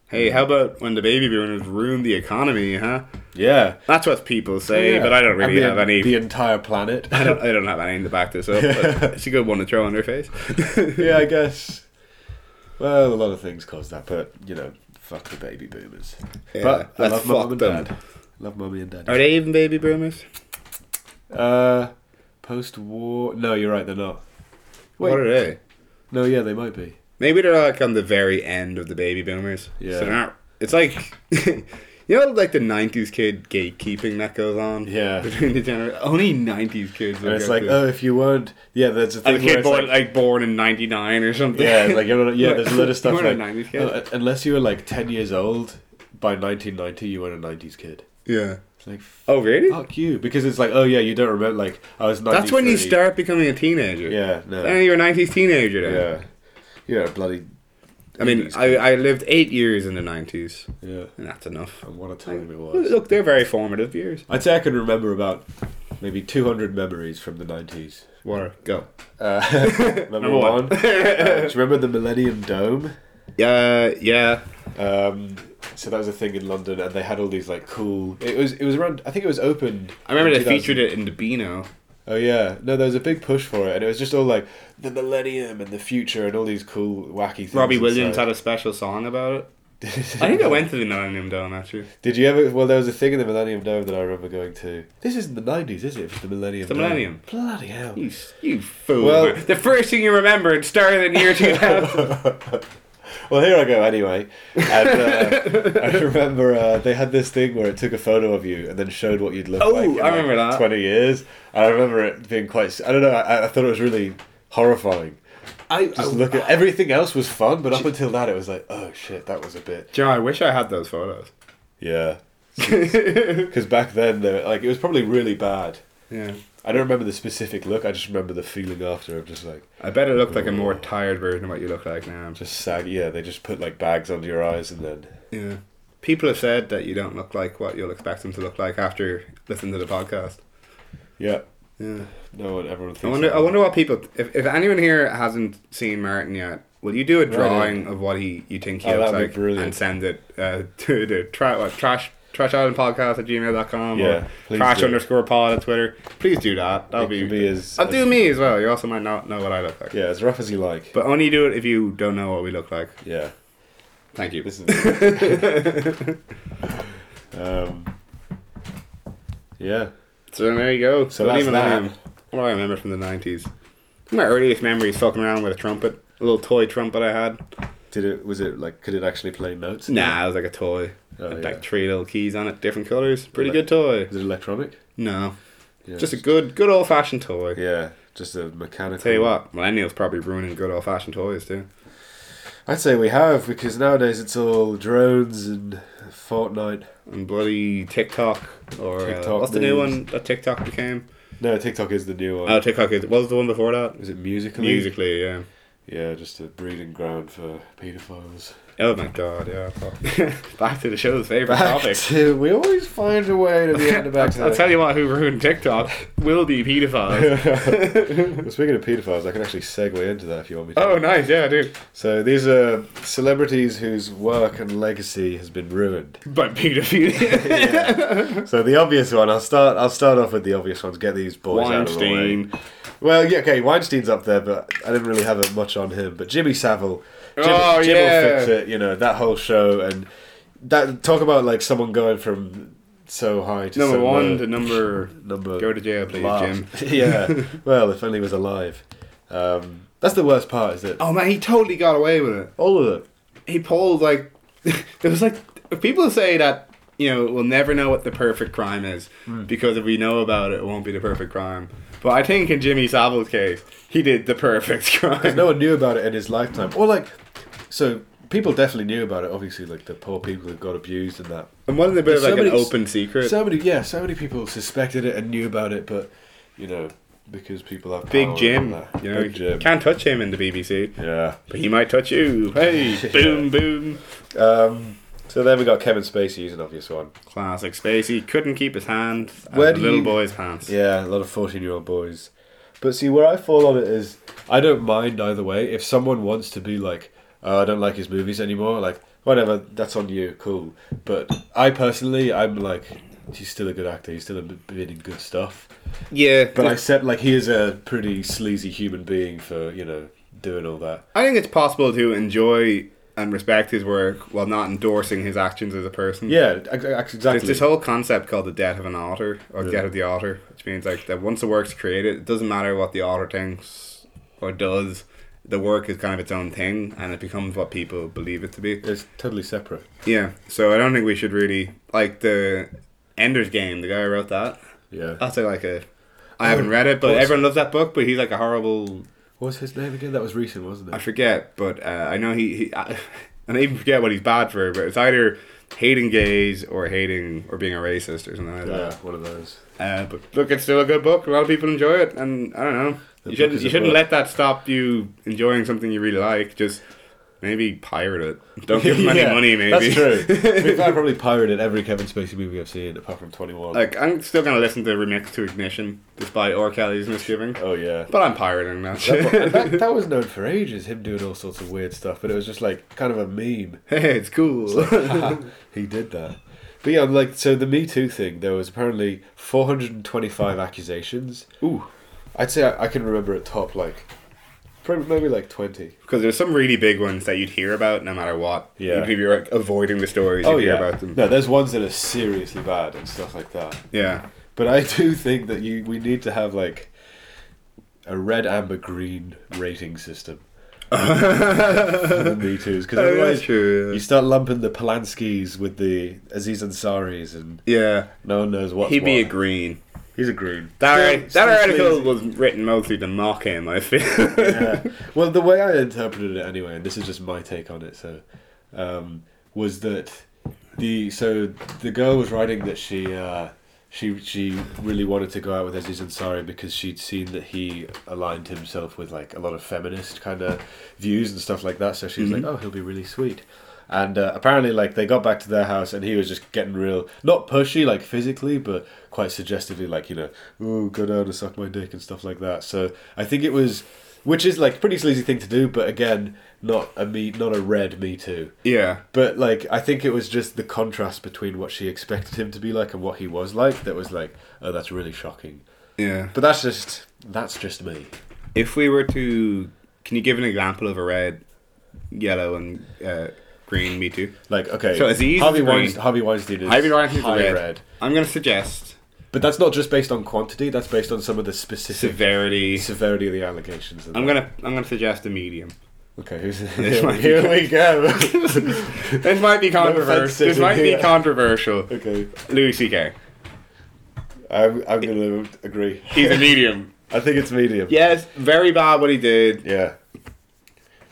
B: Hey, how about when the baby boomers ruined the economy, huh?
A: Yeah.
B: That's what people say,
A: Yeah.
B: but I don't really
A: And the,
B: have any.
A: The entire planet.
B: I, don't, I don't have anything to back this up. But it's a good one to throw in their face.
A: yeah, I guess. Well, a lot of things cause that, but you know, fuck the baby boomers.
B: Yeah,
A: but I love
B: let's
A: mum
B: fuck
A: and
B: them.
A: dad. Love mummy and daddy.
B: Are they even baby boomers?
A: Uh, post-war. No, you're right. They're not. Wait.
B: What are they?
A: No, yeah, they might be.
B: Maybe they're like on the very end of the baby boomers.
A: Yeah.
B: So they're not. It's like. You know, like the '90s kid gatekeeping that goes on
A: Yeah.
B: between the generations. Only '90s kids.
A: And
B: will
A: it's
B: go
A: like,
B: through.
A: oh, if you weren't, yeah, that's a thing.
B: And the
A: where
B: kid
A: it's
B: born
A: like-
B: like, born in '99 or something.
A: yeah, like you're not, yeah,
B: Right.
A: there's a lot of
B: You
A: stuff
B: weren't a
A: like
B: 90s kid.
A: uh, unless you were like ten years old by 1990, you weren't a 90s kid.
B: yeah.
A: It's like
B: Oh, really?
A: fuck you, because it's like, oh yeah, you don't remember. Like I was. 90,
B: That's when you
A: 30.
B: start becoming a teenager.
A: Yeah, no.
B: Then you're a '90s teenager. Then.
A: Yeah. Yeah, bloody.
B: I mean,
A: 80s
B: I, I lived eight years in the '90s,
A: Yeah.
B: and that's enough.
A: And what a time it was.
B: Look, they're very formative years.
A: I'd say I can remember about maybe 200 memories from the 90s.
B: What? Go.
A: Uh, number
B: Number one.
A: one. uh, do you remember the Millennium Dome?
B: Yeah, Uh, yeah.
A: Um, so that was a thing in London, and they had all these like cool. It was it was around. I think it was open.
B: I remember
A: in
B: they
A: 2000.
B: featured it in the Beano.
A: Oh yeah, no, there was a big push for it, and it was just all like the Millennium and the future and all these cool wacky things.
B: Robbie Williams
A: inside.
B: had a special song about it. I think I went to the Millennium Dome actually.
A: Did you ever? Well, there was a thing in the Millennium Dome that I remember going to. This isn't the nineties, is it? It's the Millennium.
B: the
A: Dome.
B: Millennium.
A: Bloody hell!
B: You, you fool!
A: Well-
B: the first thing you remember it started in the year 2000.
A: Well, here I go anyway. And uh, I remember uh, they had this thing where it took a photo of you and then showed what you'd look
B: Oh,
A: like. in,
B: I
A: like,
B: remember that.
A: Twenty years. And I remember it being quite. s- I don't know. I, I thought it was really horrifying.
B: I
A: Just look at everything else was fun, but up until that, it was like, oh shit, that was a bit.
B: Joe, I wish I had those photos.
A: Yeah. Because back then, they were, like it was probably really bad.
B: Yeah.
A: I don't remember the specific look. I just remember the feeling after of just like
B: I bet it
A: Oh.
B: looked like a more tired version of what you look like now.
A: just sag. Yeah, they just put like bags under your eyes and then
B: Yeah. People have said that you don't look like what you'll expect them to look like after listening to the podcast.
A: yeah.
B: Yeah.
A: No one, everyone. Thinks
B: I wonder.
A: that.
B: I wonder what people. If, if anyone here hasn't seen Martin yet, will you do a drawing of what he you think he
A: Oh,
B: looks
A: that'd be
B: like
A: brilliant.
B: and send it uh, to the tra- what, trash trash island podcast at gmail.com
A: Yeah,
B: or
A: please
B: trash
A: do.
B: underscore pod at Twitter. Please do that. That'll
A: It
B: be.
A: can be as-
B: I'll
A: as-
B: do me as well. You also might not know what I look like.
A: Yeah, as rough as you like.
B: But only do it if you don't know what we look like.
A: yeah,
B: Thank you.
A: this is. um, yeah,
B: So there you go.
A: So
B: Don't
A: that's
B: even
A: that.
B: know What do I remember from the nineties? My earliest memory is fucking around with a trumpet, a little toy trumpet I had.
A: did it? Was it like? Could it actually play notes?
B: Nah, it was like a toy.
A: Oh,
B: Had,
A: yeah.
B: Like three little keys on it, different colors. Pretty
A: Like-
B: good toy.
A: Is it electronic?
B: No,
A: Yeah.
B: just a good, good old fashioned toy.
A: yeah, just a mechanical.
B: Tell you what, millennials probably ruining good old fashioned toys too.
A: I'd say we have because nowadays it's all drones and Fortnite.
B: and bloody TikTok or uh,
A: TikTok
B: what's the new
A: memes.
B: one that TikTok became?
A: No, TikTok is the new one.
B: Oh, TikTok is what was the one before that?
A: is it musically?
B: Musically, yeah.
A: Yeah, just a breeding ground for paedophiles.
B: Oh my god, yeah. fuck. Back to the show's favorite topic.
A: to- we always find a way to be getting back to
B: I'll
A: that.
B: tell you what, who ruined TikTok will be pedophiles.
A: Well, Speaking of paedophiles, I can actually segue into that if you want me to.
B: oh, nice, yeah, dude.
A: So these are celebrities whose work and legacy has been ruined.
B: But pedophilia.
A: So the obvious one, I'll start. I'll start off with the obvious ones. Get these boys out of the way.
B: Weinstein.
A: Well, yeah, okay, Weinstein's up there, but I didn't really have much on him. But Jimmy Savile, Jim,
B: Oh,
A: Jim
B: yeah.
A: will fix it. You know that whole show and that talk about like someone going from so high to
B: Number
A: so
B: one
A: low.
B: to number
A: number
B: Go to jail, please, Jim.
A: yeah. Well, if only he was alive. Um, that's the worst part, is that
B: Oh man, he totally got away with it.
A: all of it.
B: He pulled like there was like people say that you know we'll never know what the perfect crime is
A: Hmm.
B: because if we know about it, it won't be the perfect crime. But I think in Jimmy Savile's case, he did the perfect crime.
A: No one knew about it in his lifetime, or like, so people definitely knew about it. Obviously, like the poor people who got abused and that.
B: And wasn't it a bit of like an
A: Somebody-
B: open secret?
A: So many, yeah, so many people suspected it and knew about it, but you know, because people have power
B: Big
A: and
B: Jim,
A: all that.
B: you know,
A: Oh, Big Jim.
B: can't touch him in the BBC,
A: yeah.
B: but he might touch you. Hey, boom, boom.
A: Um, so then we got Kevin Spacey, is an obvious one.
B: Classic Spacey couldn't keep his hand out
A: Where
B: of
A: do
B: the little
A: you-
B: boy's pants.
A: Yeah, a lot of 14 year old boys. But see, where I fall on it is I don't mind either way. If someone wants to be like, oh, I don't like his movies anymore, like, whatever, that's on you, cool. But I personally, I'm like, he's still a good actor, he's still been in good stuff.
B: Yeah,
A: But I said, like, he is a pretty sleazy human being for, you know, doing all that.
B: I think it's possible to enjoy and respect his work while not endorsing his actions as a person.
A: Yeah, ex- ex-
B: There's
A: exactly.
B: this whole concept called the death of an author, or death of the author, which means like that once the work's created, it doesn't matter what the author thinks or does. The work is kind of its own thing, and it becomes what people believe it to be.
A: It's totally separate.
B: Yeah, so I don't think we should really like the Ender's Game. The guy who wrote that,
A: Yeah.
B: that's a, like a.
A: Oh,
B: I haven't read it, but
A: what's-
B: everyone loves that book. But he's like a horrible
A: What was his name again? That was recent, wasn't
B: I
A: it?
B: forget, but uh, I know he. he I, and I even forget what he's bad for, but it's either hating gays or hating or being a racist or something like
A: Yeah,
B: that.
A: one of those.
B: Uh, but look, it's still a good book. A lot of people enjoy it, and I don't know.
A: The book
B: you shouldn't.
A: is
B: You
A: a
B: shouldn't
A: book.
B: let that stop you enjoying something you really like. Just maybe pirate it. Don't give them any
A: Yeah,
B: money. Maybe
A: That's true. I mean, I probably pirated every Kevin Spacey movie I've seen apart from 21.
B: Like I'm still gonna listen to remix to Ignition, despite R. Kelly's misgiving.
A: oh, yeah.
B: But I'm pirating that.
A: That, that, that was known for ages, him doing all sorts of weird stuff, but it was just like kind of a meme.
B: hey, it's cool.
A: he did that. But yeah, like, so the Me Too thing, there was apparently 425 accusations.
B: Ooh.
A: I'd say I, I can remember at top, like, probably maybe like 20.
B: Because there's some really big ones that you'd hear about no matter what.
A: Yeah.
B: Even if you're like, avoiding the stories,
A: Oh,
B: you'd
A: yeah.
B: hear about them.
A: No, there's ones that are seriously bad and stuff like that.
B: Yeah.
A: But I do think that you we need to have like a red, amber, green rating system for the Me Too's because otherwise
B: true.
A: you start lumping the Polanskis with the Aziz Ansari's and
B: Yeah.
A: no one knows what's
B: He'd be a
A: what.
B: green.
A: he's a green.
B: That,
A: Still-
B: ar-
A: still
B: that article
A: sleazy.
B: was written mostly to mock him, I feel.
A: yeah. Well, the way I interpreted it anyway, and this is just my take on it, so um, was that the so the girl was writing that she uh, she she really wanted to go out with Aziz Ansari because she'd seen that he aligned himself with like a lot of feminist kind of views and stuff like that. So she was like, "Oh, he'll be really sweet." And uh, apparently, like they got back to their house, and he was just getting real, not pushy like physically, but quite suggestively, like you know, "Ooh, go down and suck my dick" and stuff like that. So I think it was, which is like a pretty sleazy thing to do, but again, not a me, not a red me too.
B: yeah.
A: But like, I think it was just the contrast between what she expected him to be like and what he was like that was like, oh, that's really shocking.
B: Yeah.
A: But that's just that's just me.
B: If we were to. Can you give an example of a red, yellow, and uh, green Me Too?
A: Like, okay,
B: So Aziz is
A: Harvey,
B: green.
A: Weinstein, Harvey Weinstein is
B: Harvey Weinstein's
A: high
B: red.
A: red.
B: I'm going to suggest
A: but that's not just based on quantity. That's based on some of the specific
B: severity.
A: severity of the allegations. and
B: I'm
A: that.
B: gonna I'm gonna suggest a medium.
A: okay. Who's,
B: might be-
A: here we go.
B: This might be controversial. This
A: offensive,
B: might be
A: yeah.
B: controversial.
A: okay,
B: Louis C.K.
A: I'm I'm gonna agree.
B: He's a medium.
A: I think it's medium.
B: Yes, very bad what he did.
A: Yeah.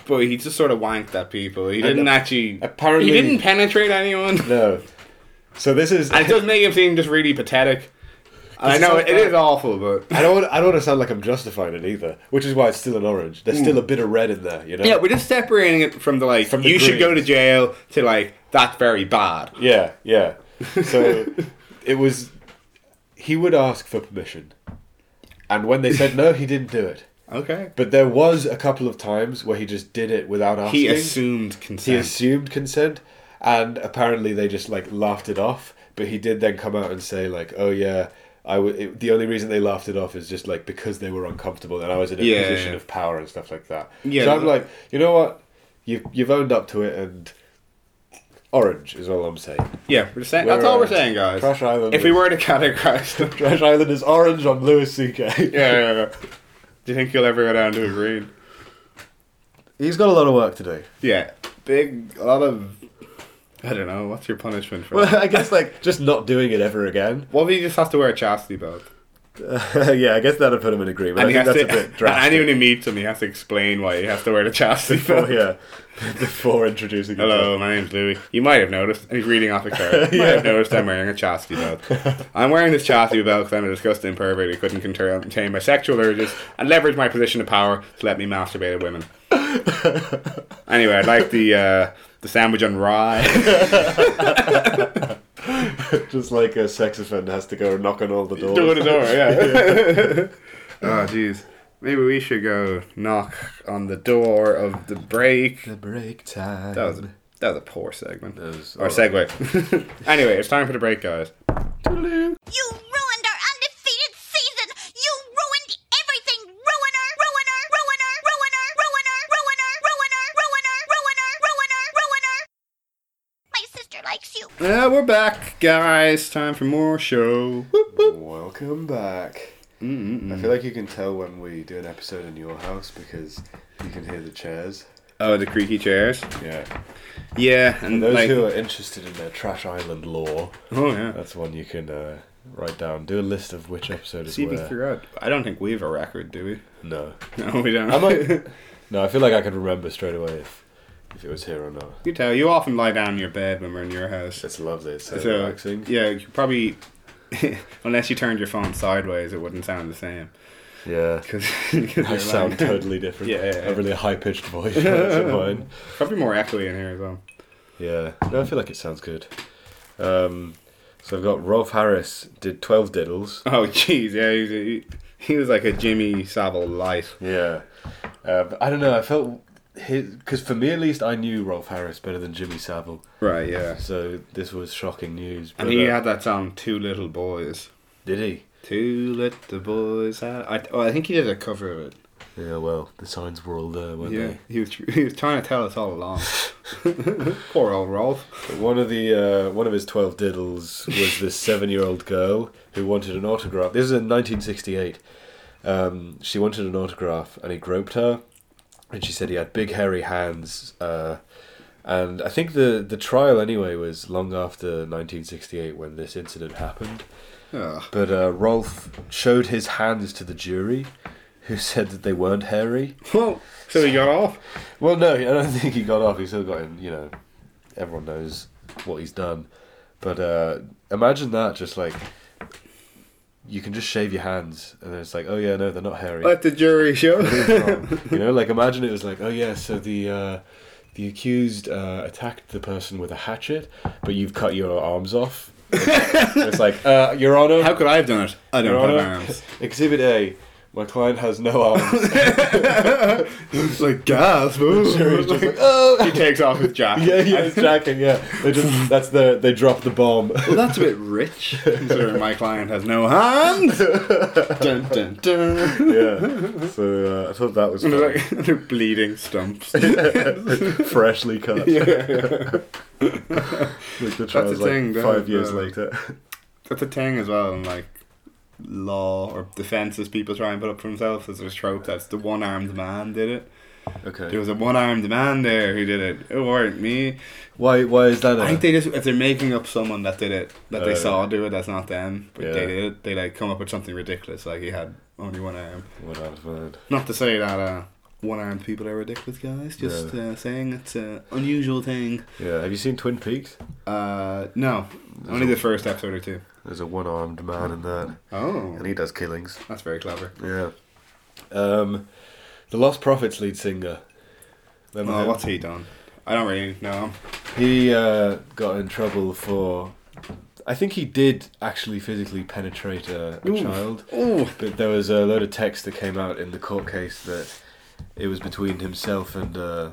B: but he just sort of wanked at people. He didn't
A: And, uh,
B: actually.
A: apparently-
B: he didn't penetrate anyone.
A: No. So this is.
B: And it does make him seem just really pathetic. And I
A: It's
B: know
A: so
B: it
A: bad.
B: is awful, but
A: I don't. Want, I don't want to sound like I'm justifying it either, which is why it's still an orange. There's still a bit of red in there, you know.
B: yeah, we're just separating it from the like.
A: From the
B: you should go to
A: greens.
B: jail to like that's very bad.
A: Yeah, yeah. So it was. He would ask for permission, and when they said no, he didn't do it.
B: Okay.
A: But there was a couple of times where he just did it without asking.
B: He assumed
A: He
B: consent.
A: assumed consent, and apparently they just like laughed it off. But he did then come out and say like, "Oh yeah, I w- it, the only reason they laughed it off is just like because they were uncomfortable and I was in a
B: Yeah,
A: position
B: yeah.
A: of power and stuff like that."
B: Yeah,
A: so I'm
B: no.
A: like, you know what, you you've owned up to it and. Orange is all I'm saying.
B: yeah, we're saying,
A: We're,
B: that's all
A: uh,
B: we're saying, guys.
A: Trash Island.
B: If we
A: is-
B: were to categorize them,
A: Trash Island is orange on Lewis CK.
B: yeah, yeah, yeah. Do you think you'll ever go down to a green?
A: He's got a lot of work to do.
B: Yeah, big a lot of. I don't know. What's your punishment for?
A: Well,
B: that?
A: I guess like just not doing it ever again.
B: What if you just have to wear a chastity belt?
A: yeah, I guess that'd put him in agreement.
B: And he
A: I think
B: has
A: that's
B: to.
A: a bit
B: and
A: drastic.
B: anyone who meets him, he has to explain why he has to wear the chastity
A: before,
B: belt.
A: yeah, before introducing.
B: Hello, my name's Louis. You might have noticed. He's reading off a card. You might have noticed I'm wearing a chastity belt. I'm wearing this chastity belt because I'm a disgusting pervert who couldn't conter- contain my sexual urges and leverage my position of power to let me masturbate at women. anyway, I like the uh, the sandwich on rye.
A: yourself. Just like a sex offender has to go knock on all the doors.
B: Door to door, yeah. oh, jeez. Maybe we should go knock on the door of the break.
A: The break time.
B: That was a, that was a poor segment.
A: was-
B: or segue. anyway, it's time for the break, guys.
C: You ruined our undefeated season! You ruined everything! Ruiner! Ruiner! Ruiner! Ruiner! Ruiner! Ruiner! Ruiner! Ruiner! Ruiner! Ruiner! Ruiner! My sister likes you.
B: Yeah, we're back, guys. Time for more show. Whoop.
A: Welcome back. I feel like you can tell when we do an episode in your house because you can hear the chairs.
B: Oh, the creaky chairs.
A: Yeah.
B: Yeah, and
A: Those
B: like,
A: who are interested in their Trash Island lore,
B: oh yeah.
A: that's one you can uh, write down. Do a list of which episode is
B: See if we can
A: where.
B: figure out. I don't think we have a record, do we?
A: No.
B: No, we don't.
A: I might. No, I feel like I could remember straight away if, if it was here or not.
B: you tell. You often lie down in your bed when we're in your house.
A: It's lovely. It's so,
B: So
A: relaxing.
B: yeah, you probably. Unless you turned your phone sideways, it wouldn't sound the same.
A: Yeah.
B: Because
A: I sound totally different.
B: Yeah, yeah, yeah.
A: A really high pitched voice. that's mine.
B: probably more echoey in here as well.
A: Yeah. No, I feel like it sounds good. Um, so I've got Rolf Harris did twelve diddles.
B: Oh, jeez, yeah, he was, he, he was like a Jimmy Savile light.
A: Yeah. Uh, but I don't know. I felt his because for me at least, I knew Rolf Harris better than Jimmy Savile.
B: Right, yeah.
A: So this was shocking news.
B: And
A: but,
B: he
A: uh,
B: had that song, Two Little Boys.
A: did he?
B: Two little boys. Had... I, well, I think he did a cover of it.
A: Yeah. Well, the signs were all there, weren't
B: Yeah,
A: they?
B: he was, tr- he was trying to tell us all along. Poor old Rolf.
A: But one of the uh, one of his twelve diddles was this seven-year-old girl who wanted an autograph. This is in 1968. Um, she wanted an autograph, and he groped her, and she said he had big hairy hands. Uh, and I think the the trial anyway was long after 1968 when this incident happened.
B: Ugh.
A: But uh, Rolf showed his hands to the jury, who said that they weren't hairy.
B: Well, so he got off.
A: Well, no, I don't think he got off. He still got in. You know, everyone knows what he's done. But uh, imagine that, just like you can just shave your hands, and then it's like, oh yeah, no, they're not hairy.
B: Let the jury show.
A: you know, like imagine it was like, oh yeah, so the uh, the accused uh, attacked the person with a hatchet, but you've cut your arms off. it's like, uh, Your Honor,
B: How could I have done it? I
A: Your
B: don't
A: Honor,
B: have arms.
A: Exhibit A. My client has no arms.
B: It's like gas.
A: Jury's just
B: he
A: like, oh.
B: takes off his jacket.
A: Yeah, yeah, it's jacking. Yeah, they just that's the they drop the bomb.
B: Well, that's a bit rich. Considering my client has no hands. dun, dun, dun.
A: yeah, so uh, I thought that was
B: And they're,
A: funny.
B: like, they're bleeding stumps.
A: freshly cut.
B: yeah.
A: Like the
B: the
A: trial's like
B: thing, though,
A: five years
B: uh,
A: later.
B: That's a thing as well in like law or defenses people try and put up for themselves as a trope that's the one armed man did it. There
A: Okay,
B: was a one armed man there who did it. It weren't me.
A: why why is that?
B: I think
A: A,
B: they just if they're making up someone that did it that they
A: Uh,
B: saw do it, that's not them. But
A: yeah.
B: they did it, they like come up with something ridiculous like he had only one arm.
A: what I've learned.
B: Not to say that uh one-armed people are ridiculous, guys. Just
A: Yeah.
B: uh, saying, it's an unusual thing.
A: Yeah, have you seen Twin Peaks?
B: Uh, no, only the first episode or two.
A: There's a one armed man in that,
B: Oh,
A: and he does killings.
B: that's very clever.
A: Yeah. Um, the Lost Prophets lead singer. Remember
B: Oh,
A: him?
B: what's he done? I don't really know. him.
A: He uh, got in trouble for. I think he did actually physically penetrate a, a child.
B: Ooh.
A: But there was a load of text that came out in the court case that it was between himself and uh,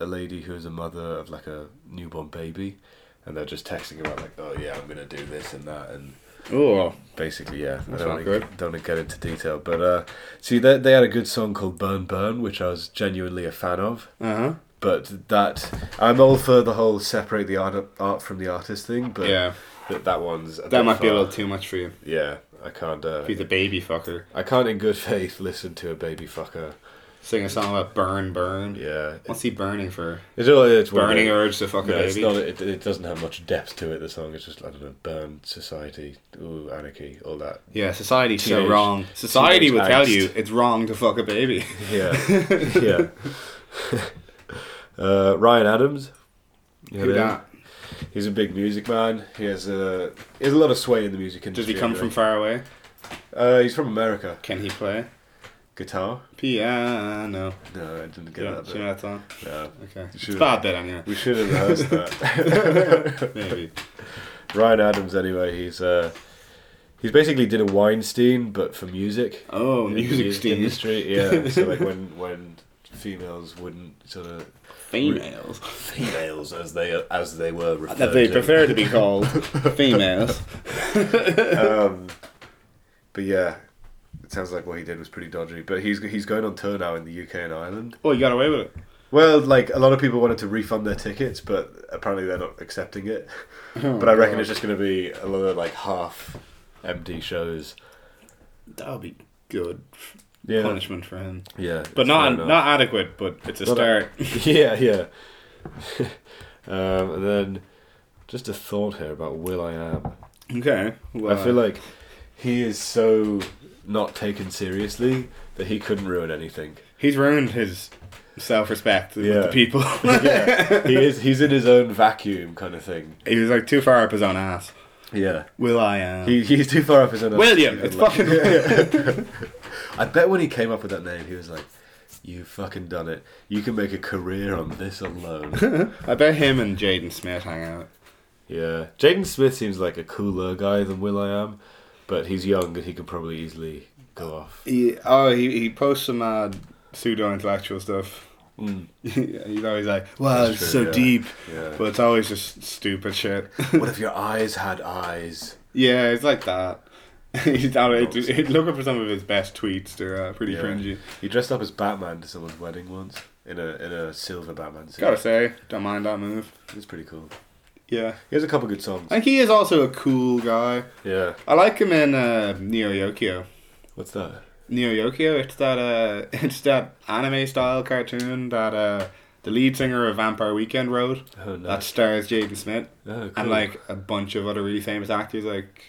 A: a lady who was a mother of like a newborn baby, and they're just texting about like, "Oh yeah, I'm gonna do this and that," and
B: Ooh.
A: basically, yeah.
B: That's
A: I
B: not
A: don't wanna,
B: good.
A: Don't want to get into detail, but uh, see, they they had a good song called "Burn Burn," which I was genuinely a fan of.
B: Uh huh.
A: But that I'm all for the whole separate the art art from the artist thing, but
B: Yeah.
A: that that one's a
B: That
A: bit
B: might be a
A: far.
B: little too much for you.
A: Yeah, I can't. Uh,
B: He's a baby fucker.
A: I can't in good faith listen to a baby fucker.
B: Sing a song about burn, burn.
A: Yeah,
B: What's he burning for?
A: it's all it's one of
B: Burning
A: the-
B: urge to fuck a
A: No, it's
B: baby.
A: not. It, it doesn't have much depth to it. The song it's just I don't know. Burn society, ooh anarchy, all that.
B: Yeah, society's so
A: Teenage-
B: wrong. Society will tell
A: angst.
B: you it's wrong to fuck a baby.
A: Yeah, yeah. uh, Ryan Adams. You know
B: Who
A: him?
B: dat?
A: He's a big music man. He has a he has a lot of sway in the music
B: Does
A: industry.
B: he come
A: anyway.
B: from far away?
A: Uh, he's from America.
B: Can he play?
A: Guitar?
B: Piano.
A: No, I didn't get
B: Yeah,
A: that
B: you
A: bit.
B: know that song?
A: Yeah.
B: Okay. It's a
A: Sure.
B: bad bit anyway.
A: We should have rehearsed that.
B: Maybe.
A: Ryan Adams, anyway, he's uh, he's basically did a Weinstein, but for music.
B: Oh,
A: In the
B: music
A: music
B: steam.
A: industry, yeah. so like when when females wouldn't sort of
B: Females.
A: females as they as they were referred
B: That they
A: to.
B: prefer to be called females.
A: Um, but yeah, it sounds like what he did was pretty dodgy. But he's he's going on tour now in the UK and Ireland.
B: Oh, you got away with it.
A: Well, like a lot of people wanted to refund their tickets, but apparently they're not accepting it. but I reckon
B: Oh, God.
A: it's just going to be a lot of like half empty shows.
B: That would be good
A: Yeah,
B: punishment for him.
A: yeah,
B: But
A: it's
B: not
A: fair enough.
B: not adequate, but it's a
A: Not a-
B: start.
A: yeah, yeah. um, and then just a thought here about Will I Am.
B: Okay. Well,
A: I feel like he is so not taken seriously that he couldn't ruin anything.
B: he's ruined his self respect with
A: Yeah.
B: the people.
A: yeah, he is. He's in his own vacuum, kind of thing.
B: he was like too far up his own ass.
A: Yeah,
B: Will I um, am.
A: he, he's too far up his own.
B: William,
A: Even
B: it's
A: like-
B: fucking-
A: I bet when he came up with that name, he was like, "You fucking done it. You can make a career on this alone."
B: I bet him and Jaden Smith hang out.
A: yeah, Jaden Smith seems like a cooler guy than Will I Am, but he's young and he could probably easily go off.
B: He, oh, he, he posts some uh, pseudo intellectual stuff.
A: Mm.
B: he's always like, "Wow,
A: That's
B: it's so
A: true, yeah.
B: deep,"
A: Yeah.
B: but it's always just stupid shit.
A: what if your eyes had eyes?
B: yeah, it's like that. he's not, it, it, looking for some of his best tweets. They're uh, pretty
A: Yeah.
B: cringy.
A: He dressed up as Batman to someone's wedding once in a in a silver Batman suit.
B: Gotta say, don't mind that move.
A: It's pretty cool.
B: Yeah,
A: He has a couple good songs.
B: I think he is also a cool guy.
A: Yeah.
B: I like him in uh, Neo Yokio.
A: What's that?
B: Neo Yokio. It's that uh, it's that anime style cartoon that uh, the lead singer of Vampire Weekend wrote.
A: Oh, no.
B: That stars Jaden Smith
A: oh, cool.
B: and like a bunch of other really famous actors. Like,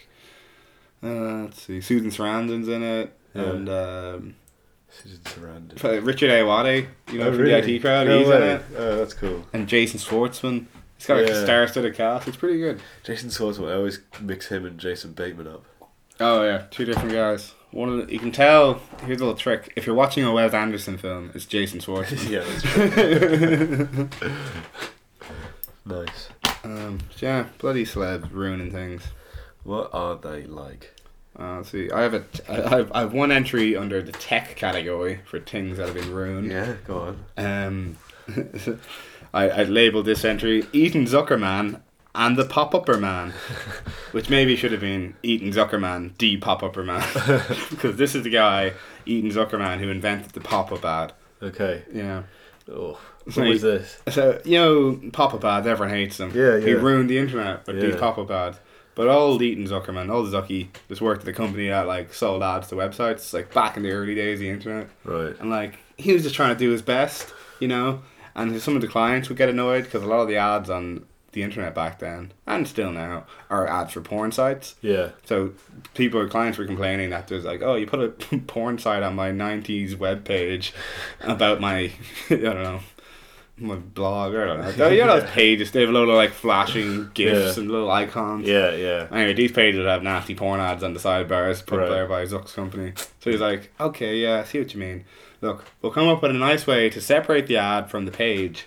B: uh, let's see, Susan Sarandon's in it,
A: Yeah.
B: and um,
A: Susan Sarandon.
B: uh, Richard Awade, you know,
A: Oh,
B: from
A: really?
B: the IT crowd,
A: No
B: he's in
A: way.
B: it,
A: Oh, that's cool.
B: and Jason Schwartzman. It's got like a
A: Yeah.
B: star-studded cast. It's pretty good.
A: Jason Schwartzman. I always mix him and Jason Bateman up.
B: Oh yeah, two different guys. One of the, you can tell. Here's a little trick. If you're watching a Wes Anderson film, it's Jason Schwartzman.
A: yeah, that's true. nice.
B: um, so yeah, bloody celebs ruining things.
A: What are they like?
B: Uh, let's see, I have a, t- I, I've, I have one entry under the tech category for things that have been ruined.
A: Yeah, go on.
B: Um, I, I labeled this entry Eaton Zuckerman and the Pop Upper Man, which maybe should have been Eaton Zuckerman, the Pop Upper Man, because this is the guy, Eaton Zuckerman, who invented the pop up ad.
A: Okay.
B: You know,
A: Oh, what
B: So
A: was
B: you-
A: this?
B: so you know, pop up ads, everyone hates them.
A: Yeah,
B: He
A: yeah.
B: ruined the internet with these
A: Yeah.
B: pop up ads. But old Eaton Zuckerman, old Zucky, just worked at a company that like sold ads to websites, like back in the early days of the internet
A: Right.
B: and like he was just trying to do his best, you know. And some of the clients would get annoyed because a lot of the ads on the internet back then and still now are ads for porn sites.
A: Yeah.
B: So people, clients were complaining that there's like, oh, you put a porn site on my '90s webpage about my, I don't know, my blog or I don't know. You know those pages they have a lot of like flashing gifs
A: Yeah.
B: and little icons.
A: Yeah, yeah.
B: Anyway, these pages have nasty porn ads on the sidebars put
A: Right.
B: there by Zuck's company. So he's like, okay, yeah, I see what you mean. Look, we'll come up with a nice way to separate the ad from the page.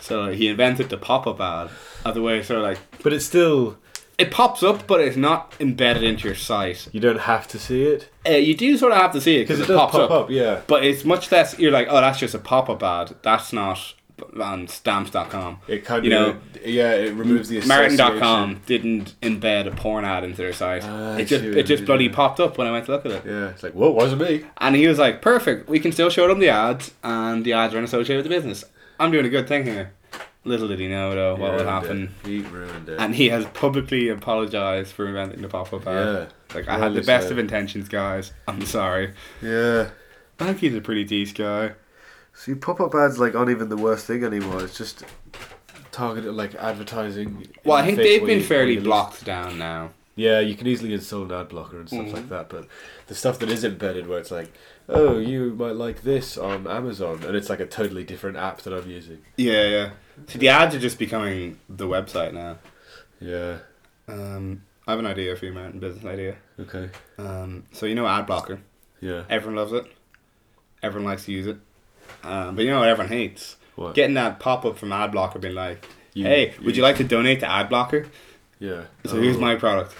B: So he invented the pop-up ad as a way, sort of like
A: But it's still
B: it pops up, but it's not embedded into your site.
A: you don't have to see it
B: Uh, you do sort of have to see it
A: because
B: because
A: it
B: it,
A: does
B: pops
A: pop
B: up.
A: up. Yeah.
B: But it's much less. You're like, oh, that's just a pop-up ad. That's not on stamps.com.
A: It kind
B: You know,
A: of yeah, it removes the
B: Martin.com didn't embed a porn ad into their site.
A: Ah, I
B: it just
A: see what you
B: it just
A: mean,
B: bloody
A: yeah.
B: popped up when I went to look at it.
A: Yeah, it's like whoa, wasn't me.
B: And he was like, perfect, we can still show them the ads, and the ads aren't associated with the business. I'm doing a good thing here. Little did he know, though, what would happen.
A: uh, He ruined it.
B: And he has publicly apologized for inventing the pop up ad.
A: Yeah.
B: Like, I had the
A: Really
B: best
A: sad.
B: of intentions, guys. I'm sorry.
A: yeah.
B: I think he's a pretty decent guy.
A: See, pop up ads like aren't even the worst thing anymore. It's just targeted like advertising. in
B: Well, I
A: the
B: think
A: face
B: they've
A: when
B: been
A: you-
B: fairly
A: when you-
B: blocked down now.
A: Yeah, you can easily install an ad blocker and stuff
B: Mm.
A: like that. But the stuff that is embedded, where it's like, oh, you might like this on Amazon, and it's like a totally different app that I'm using.
B: Yeah, yeah. So the ads are just becoming the website now.
A: Yeah.
B: Um, I have an idea for you, Martin, business idea.
A: Okay.
B: Um, so, you know, ad blocker.
A: Yeah.
B: Everyone loves it. Everyone likes to use it. Um, but you know what everyone hates?
A: What?
B: Getting that pop up from Adblocker being like,
A: You-
B: hey,
A: you-
B: would you like to donate to Adblocker?
A: Yeah.
B: So here's
A: Oh.
B: my product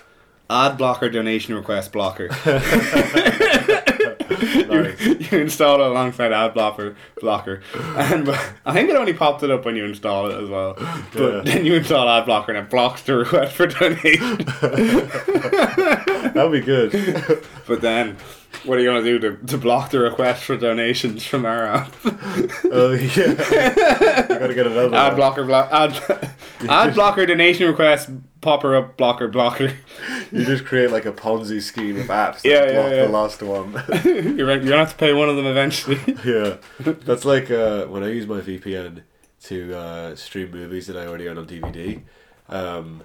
B: Adblocker donation request blocker. you,
A: Nice.
B: you install it alongside Adblocker blocker. And uh, I think it only popped it up when you install it as well. But
A: Yeah.
B: then you install Adblocker and it blocks the request for donation.
A: That'd be good.
B: but then. What are you gonna do to, to block the request for donations from our app?
A: oh yeah. I gotta get another.
B: Ad
A: one.
B: blocker, blo- ad, ad blocker, donation request, popper up, blocker, blocker.
A: You just create like a Ponzi scheme of apps. That
B: Yeah, yeah,
A: block
B: yeah.
A: The last one.
B: You're right, you're gonna have to pay one of them eventually.
A: yeah, that's like uh, when I use my VPN to uh, stream movies that I already own on DVD. Um,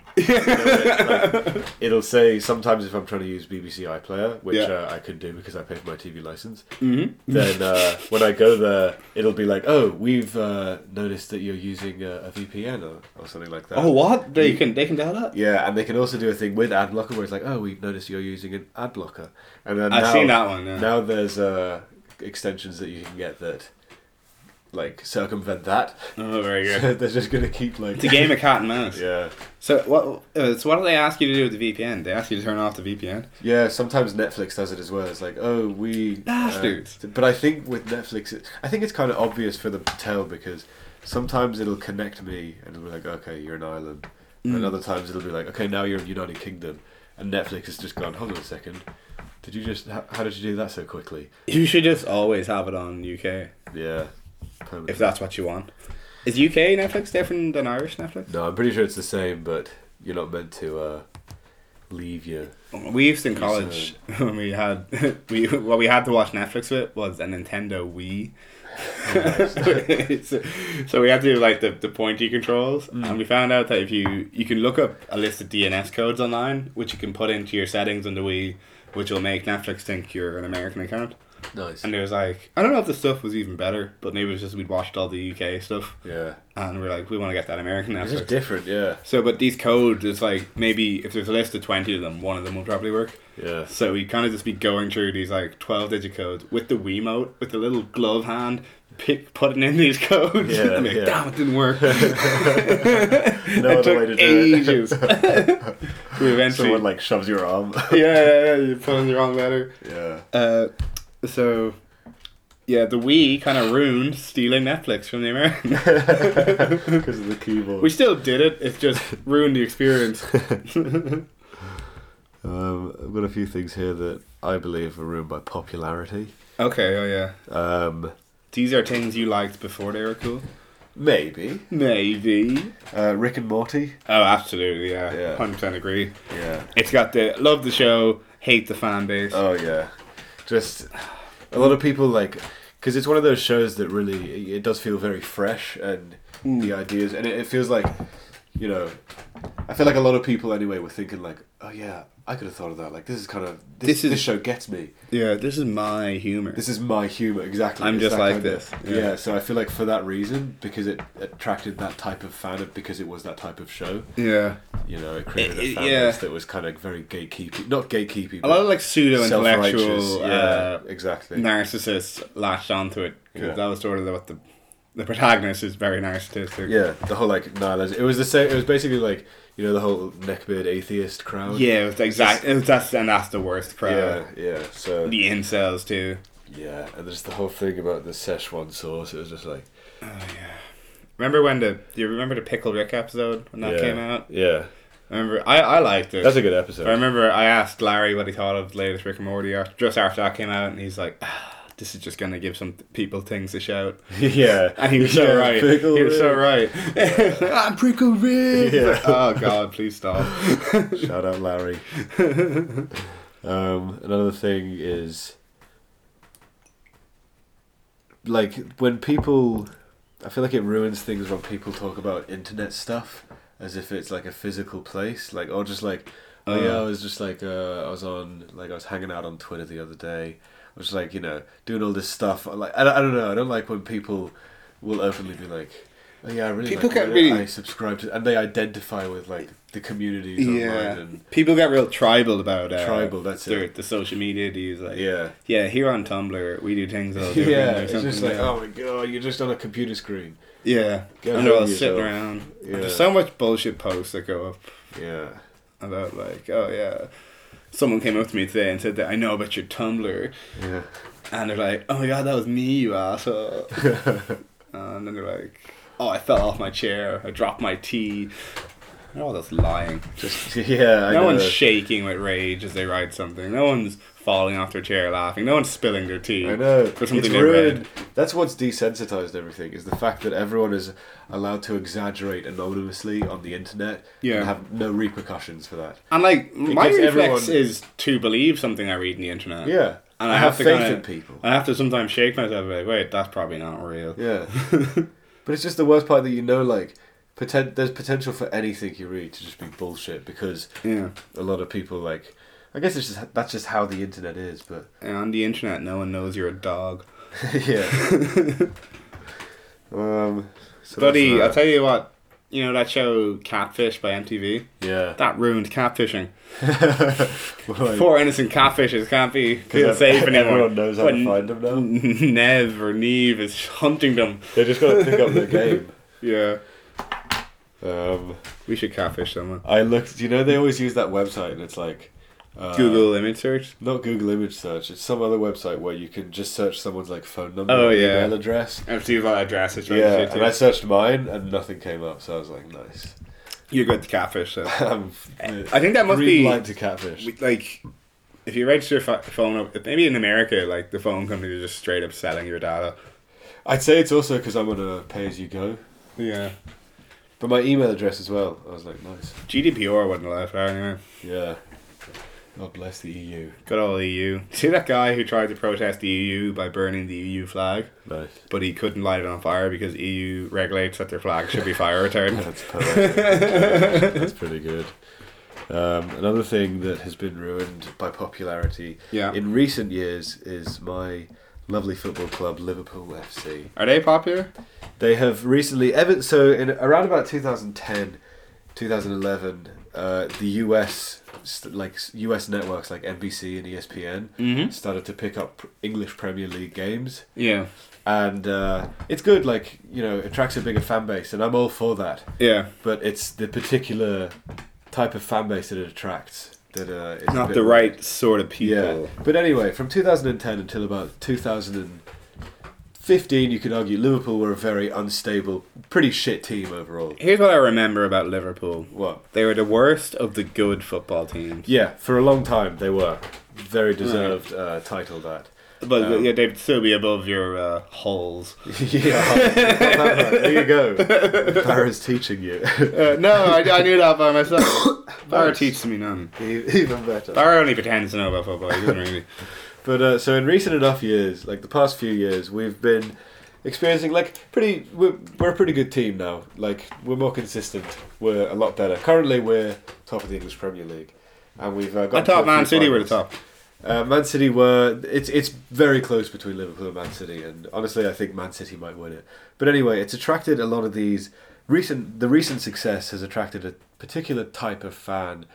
A: like, it'll say sometimes if I'm trying to use BBC iPlayer, which
B: Yeah. Mm-hmm.
A: uh, I could do because I pay for my TV license. Then uh, when I go there, it'll be like, "Oh, we've uh, noticed that you're using uh, a, a VPN or, or something like that."
B: oh, what? They can they can do that.
A: Yeah, and they can also do a thing with ad blocker where it's like, oh, we've noticed you're using an ad blocker, and then
B: I've
A: now,
B: seen that one, yeah.
A: Now there's uh, extensions that you can get that like circumvent that.
B: Oh, very
A: They're
B: good.
A: just gonna keep like
B: It's a game of cat and mouse.
A: Yeah,
B: So what? Uh, so what do they ask you to do with the VPN? They ask you to turn off the VPN.
A: yeah. Sometimes Netflix does it as well. It's like, oh, we
B: Bastards.
A: Uh, but I think with Netflix, it, I think it's kind of obvious for them to tell because sometimes it'll connect me and it'll be like, okay, you're in Ireland,
B: Mm.
A: and other times it'll be like, okay, now you're in United Kingdom, and Netflix has just gone. Hold on a second. Did you just? How, how did you do that so quickly?
B: You should just always have it on UK
A: Yeah.
B: if that's what you want. Is UK Netflix different than Irish Netflix?
A: No, I'm pretty sure it's the same, but you're not meant to uh, leave your.
B: We used in college when we had we what we had to watch Netflix with was a Nintendo Wii. so, so we had to do like the, the pointy controls, and we found out that if you you can look up a list of DNS codes online, which you can put into your settings on the Wii, which will make Netflix think you're an American account.
A: Nice.
B: And it was like I don't know if the stuff was even better, but maybe it was just we'd watched all the UK stuff,
A: Yeah.
B: and we're like we want to get that American
A: It's just
B: Netflix.
A: different, yeah.
B: So, but these codes, it's like maybe if there's a list of twenty of them, one of them will probably work.
A: Yeah.
B: So we kind of just be going through these like twelve digit codes with the Wiimote, with the little glove hand, pick putting in these codes.
A: Yeah,
B: and be like,
A: yeah.
B: Damn, it didn't work. it
A: No
B: took
A: other way to do
B: ages.
A: it.
B: we eventually,
A: Someone like shoves your arm.
B: yeah, yeah, yeah, you put in the wrong letter.
A: yeah.
B: Uh, so, yeah, the Wii kind of ruined stealing Netflix from the Americans.
A: Because of the keyboard.
B: we still did it. It's just ruined the experience.
A: Um, I've got a few things here that I believe are ruined by popularity.
B: okay, oh yeah.
A: Um,
B: These are things you liked before they were cool.
A: maybe.
B: Maybe.
A: Uh, Rick and Morty.
B: Oh, absolutely. Yeah,
A: Yeah.
B: hundred percent agree.
A: Yeah.
B: It's got the love the show, hate the fan base.
A: Oh yeah, just a lot of people like because it's one of those
B: Mm.
A: shows that really it does feel very fresh and the ideas and it, it feels like you know, I feel like a lot of people anyway were thinking like, oh yeah, I could have thought of that. Like this is kind of this,
B: This
A: this,
B: is-
A: show gets me.
B: Yeah, this is my humor.
A: This is my humor exactly.
B: I'm
A: It's
B: just
A: that
B: like
A: kind of-
B: this.
A: yeah.
B: Yeah.
A: So I feel like for that reason, because it attracted that type of fan, because it was that type of show,
B: yeah.
A: you know, it created
B: It-
A: a
B: it-
A: fan
B: yeah.
A: base that was kind of very gatekeepy, not gatekeepy,
B: A lot of like pseudo
A: self-righteous.
B: intellectual uh,
A: yeah, exactly.
B: narcissists latched onto it because
A: Yeah.
B: that was sort of what the the protagonist is very narcissistic.
A: Yeah, the whole like nihilism. It was the same. It was basically like you know the whole neckbeard atheist crowd.
B: yeah, it's exact. It was, that's and that's the worst
A: yeah,
B: crowd.
A: yeah. So
B: The incels too.
A: yeah, and there's the whole thing about the Szechuan sauce. It was just like
B: Remember when the do you remember the pickle Rick episode when that
A: yeah,
B: came out?
A: Yeah,
B: I remember I, I liked it.
A: that's a good episode.
B: I remember I asked Larry what he thought of the latest Rick and Morty after, just after that came out, and he's like, ah, "This is just gonna give some people things to shout."
A: yeah,
B: And he was so
A: Yeah,
B: right.
A: pickle
B: he was so
A: Rick.
B: right. I'm Prickle Rick.
A: Yeah.
B: Oh God, please stop.
A: Shout out Larry. um, another thing is like when people I feel like it ruins things when people talk about internet stuff as if it's like a physical place. Like or just like oh yeah, I was just like uh, I was on like I was hanging out on Twitter the other day. I was like, you know, doing all this stuff. I Like I don't, I don't know, I don't like when people will openly be like Oh, yeah, I really
B: People
A: like
B: get
A: Reddit.
B: really-
A: I subscribe to, and they identify with like the communities online
B: yeah.
A: and
B: People get real tribal about uh,
A: Tribal, that's
B: their,
A: it.
B: The social media dudes, like
A: Yeah.
B: yeah. Here on Tumblr, we do things. all different
A: Yeah,
B: or
A: it's just like,
B: something, yeah.
A: oh my god, you're just on a computer screen.
B: yeah.
A: Get
B: and they're all
A: over
B: sitting
A: yourself.
B: around. And
A: Yeah.
B: There's so much bullshit posts that go up
A: Yeah.
B: about like, oh yeah. Someone came up to me today and said that I know about your Tumblr,
A: Yeah.
B: and they're like, "Oh my god, that was me, you asshole!" and then they're like, "Oh, I fell off my chair. I dropped my tea." Oh, that's lying.
A: Just yeah. I
B: No
A: know.
B: one's shaking with rage as they write something. No one's falling off their chair laughing. No one's spilling their tea.
A: I know.
B: For
A: it's
B: something they
A: ruined.
B: read.
A: That's what's desensitized everything is the fact that everyone is allowed to exaggerate anonymously on the internet
B: Yeah.
A: and have no repercussions for that.
B: And like my
A: gives
B: reflex
A: everyone-
B: is to believe something I read in the internet.
A: Yeah.
B: And
A: I
B: I,
A: have
B: have, to
A: faith
B: kinda-
A: in people.
B: I have to sometimes shake myself like, wait, that's probably not real.
A: Yeah. but it's just the worst part that you know, like, poten- there's potential for anything you read to just be bullshit because
B: Yeah.
A: a lot of people like. I guess it's just that's just how the internet is, but
B: And on the internet, no one knows you're a dog.
A: yeah. um, so
B: Buddy, I'll
A: that's
B: tell you what. You know that show Catfish by MTV?
A: that.
B: That ruined catfishing.
A: yeah. Like,
B: Poor innocent catfishes can't be feel
A: yeah,
B: safe anymore.
A: Everyone knows how
B: But
A: to find them now.
B: Nev or Neve is hunting them.
A: They just got to pick up the game.
B: Yeah.
A: Um,
B: We should catfish someone.
A: I looked. You know, they always use that website, and it's like uh,
B: Google image search.
A: not Google image search. It's some other website where you can just search someone's like phone number,
B: Oh,
A: and
B: yeah.
A: email address.
B: And see what address it's
A: Yeah,
B: registered
A: and I
B: to.
A: searched mine, and nothing came up. So I was like, nice.
B: You're good to catfish. So.
A: Um,
B: I think that must
A: green
B: be-
A: light to catfish.
B: We- like, if you register your ph- phone, up- maybe in America, like the phone company is just straight up selling your data.
A: I'd say it's also because I'm on a pay as you go,
B: Yeah.
A: but my email address as well. I was like, nice.
B: GDPR wouldn't allow for that anyway.
A: Yeah. God bless the E EU.
B: Good old EU. See that guy who tried to protest the EU by burning the EU flag,
A: Nice.
B: but he couldn't light it on fire because EU regulates that their flag should be fire retardant.
A: That's poetic. That's pretty good. Um, another thing that has been ruined by popularity
B: Yeah.
A: in recent years is my lovely football club, Liverpool FC.
B: Are they popular?
A: They have recently, ever so in around about 2010, 2011, uh, the US st- like US networks like NBC and E ESPN started to pick up English Premier League games,
B: Yeah.
A: and uh, it's good. Like you know, it attracts a bigger fan base, and I'm all for that.
B: Yeah.
A: But it's the particular type of fan base that it attracts that uh, is a
B: Not
A: bit
B: the
A: weird.
B: right sort of
A: Yeah.
B: people.
A: But anyway, from 2010 until about 2015, you could argue Liverpool were a very unstable, pretty shit team overall.
B: Here's what I remember about Liverpool.
A: What?
B: They were the worst of the good football teams.
A: Yeah, for a long time they were. Very deserved uh, title that.
B: But
A: Um,
B: yeah, they'd still be above your uh, hulls.
A: yeah. got that right. There you go. Barra's teaching you.
B: Uh, no, I, I knew that by myself. Barra teaches me none.
A: E-, Even better.
B: Barra only pretends to know about football. He doesn't really.
A: But uh, so in recent enough years, like the past few years, we've been experiencing like pretty. We're, we're a pretty good team now. Like we're more consistent. We're a lot better. Currently, we're top of the English Premier League, and we've uh, got.
B: I thought Man City were the top.
A: Uh, Man City were. It's it's very close between Liverpool and Man City, and honestly, I think Man City might win it. But anyway, it's attracted a lot of these recent. The recent success has attracted a particular type of fan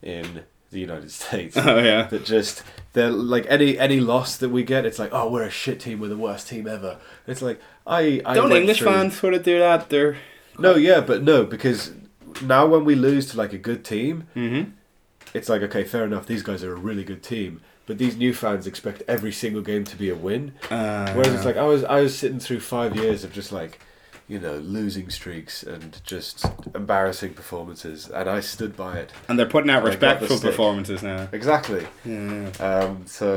A: in the United States
B: Oh yeah.
A: that just they're like any any loss that we get, it's like oh we're a shit team, we're the worst team ever. It's like I, I
B: Don't
A: went
B: English
A: through-
B: fans sort of do that? They're
A: No, yeah, but no because now when we lose to like a good team,
B: Mhm.
A: it's like okay, fair enough. These guys are a really good team, but these new fans expect every single game to be a win.
B: uh,
A: Whereas it's like I was I was sitting through five years of just like, you know, losing streaks and just embarrassing performances, and I stood by it
B: and they're putting out
A: They got the
B: respectful
A: stick.
B: performances now.
A: exactly.
B: Yeah.
A: Um, so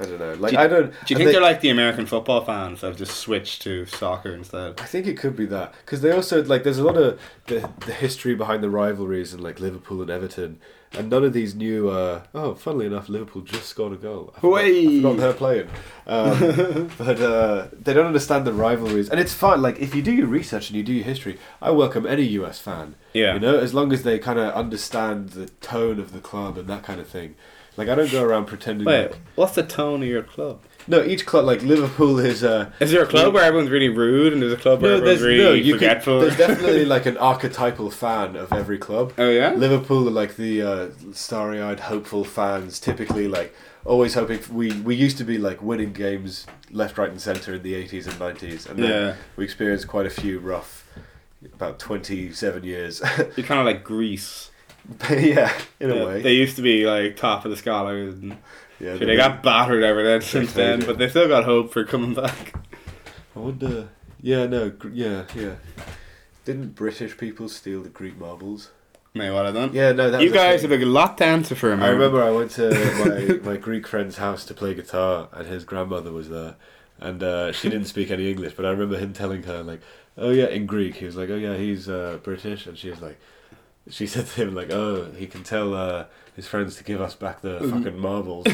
A: I don't know. Like
B: Do you-
A: I don't.
B: Do you
A: and
B: think
A: they-
B: they, are like the American football fans that have just switched to soccer instead?
A: I think it could be that because they also like there's a lot of the, the history behind the rivalries in like Liverpool and Everton, and none of these new. Uh, oh, funnily enough, Liverpool just scored a goal. I forgot, I
B: Hooray!
A: forgot they're playing, um, but uh, they don't understand the rivalries, and it's fun. Like if you do your research and you do your history, I welcome any US fan.
B: Yeah.
A: you know, as long as they kind of understand the tone of the club and that kind of thing. Like I don't go around pretending.
B: Wait,
A: like,
B: what's the tone of your club?
A: no, each club like Liverpool is. Uh,
B: Is there a club where everyone's really rude and there's a club where
A: no,
B: everyone's
A: there's
B: really
A: no. You could,
B: forgetful?
A: there's definitely like an archetypal fan of every club.
B: oh yeah.
A: Liverpool are like the uh, starry-eyed, hopeful fans, typically like always hoping. we we used to be like winning games left, right, and centre in the '80s and '90s, and then
B: Yeah.
A: we experienced quite a few rough, about twenty-seven years.
B: You're kind of like Greece.
A: yeah, in a
B: Yeah,
A: way.
B: They used to be like top of the scholars. And
A: yeah,
B: Sure,
A: they
B: they
A: did.
B: got battered ever then since
A: they
B: then,
A: did.
B: but they still got hope for coming back.
A: I wonder. Yeah, no, gr- yeah, yeah. Didn't British people steal the Greek marbles?
B: May what I done.
A: Yeah, no, that
B: you
A: was a
B: guys
A: thing.
B: have a lot to answer for,
A: I
B: man.
A: remember I went to my, my Greek friend's house to play guitar, and his grandmother was there, and uh, she didn't speak any English. But I remember him telling her like, "Oh yeah," in Greek. He was like, "Oh yeah, he's uh, British," and she was like, she said to him like, "Oh, he can tell uh, his friends to give us back the fucking marbles."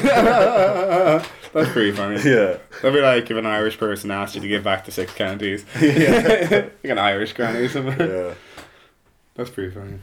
B: That's pretty funny.
A: yeah,
B: That'd be like if an Irish person asked you to give back to six counties. like an Irish granny somewhere.
A: yeah.
B: That's pretty funny.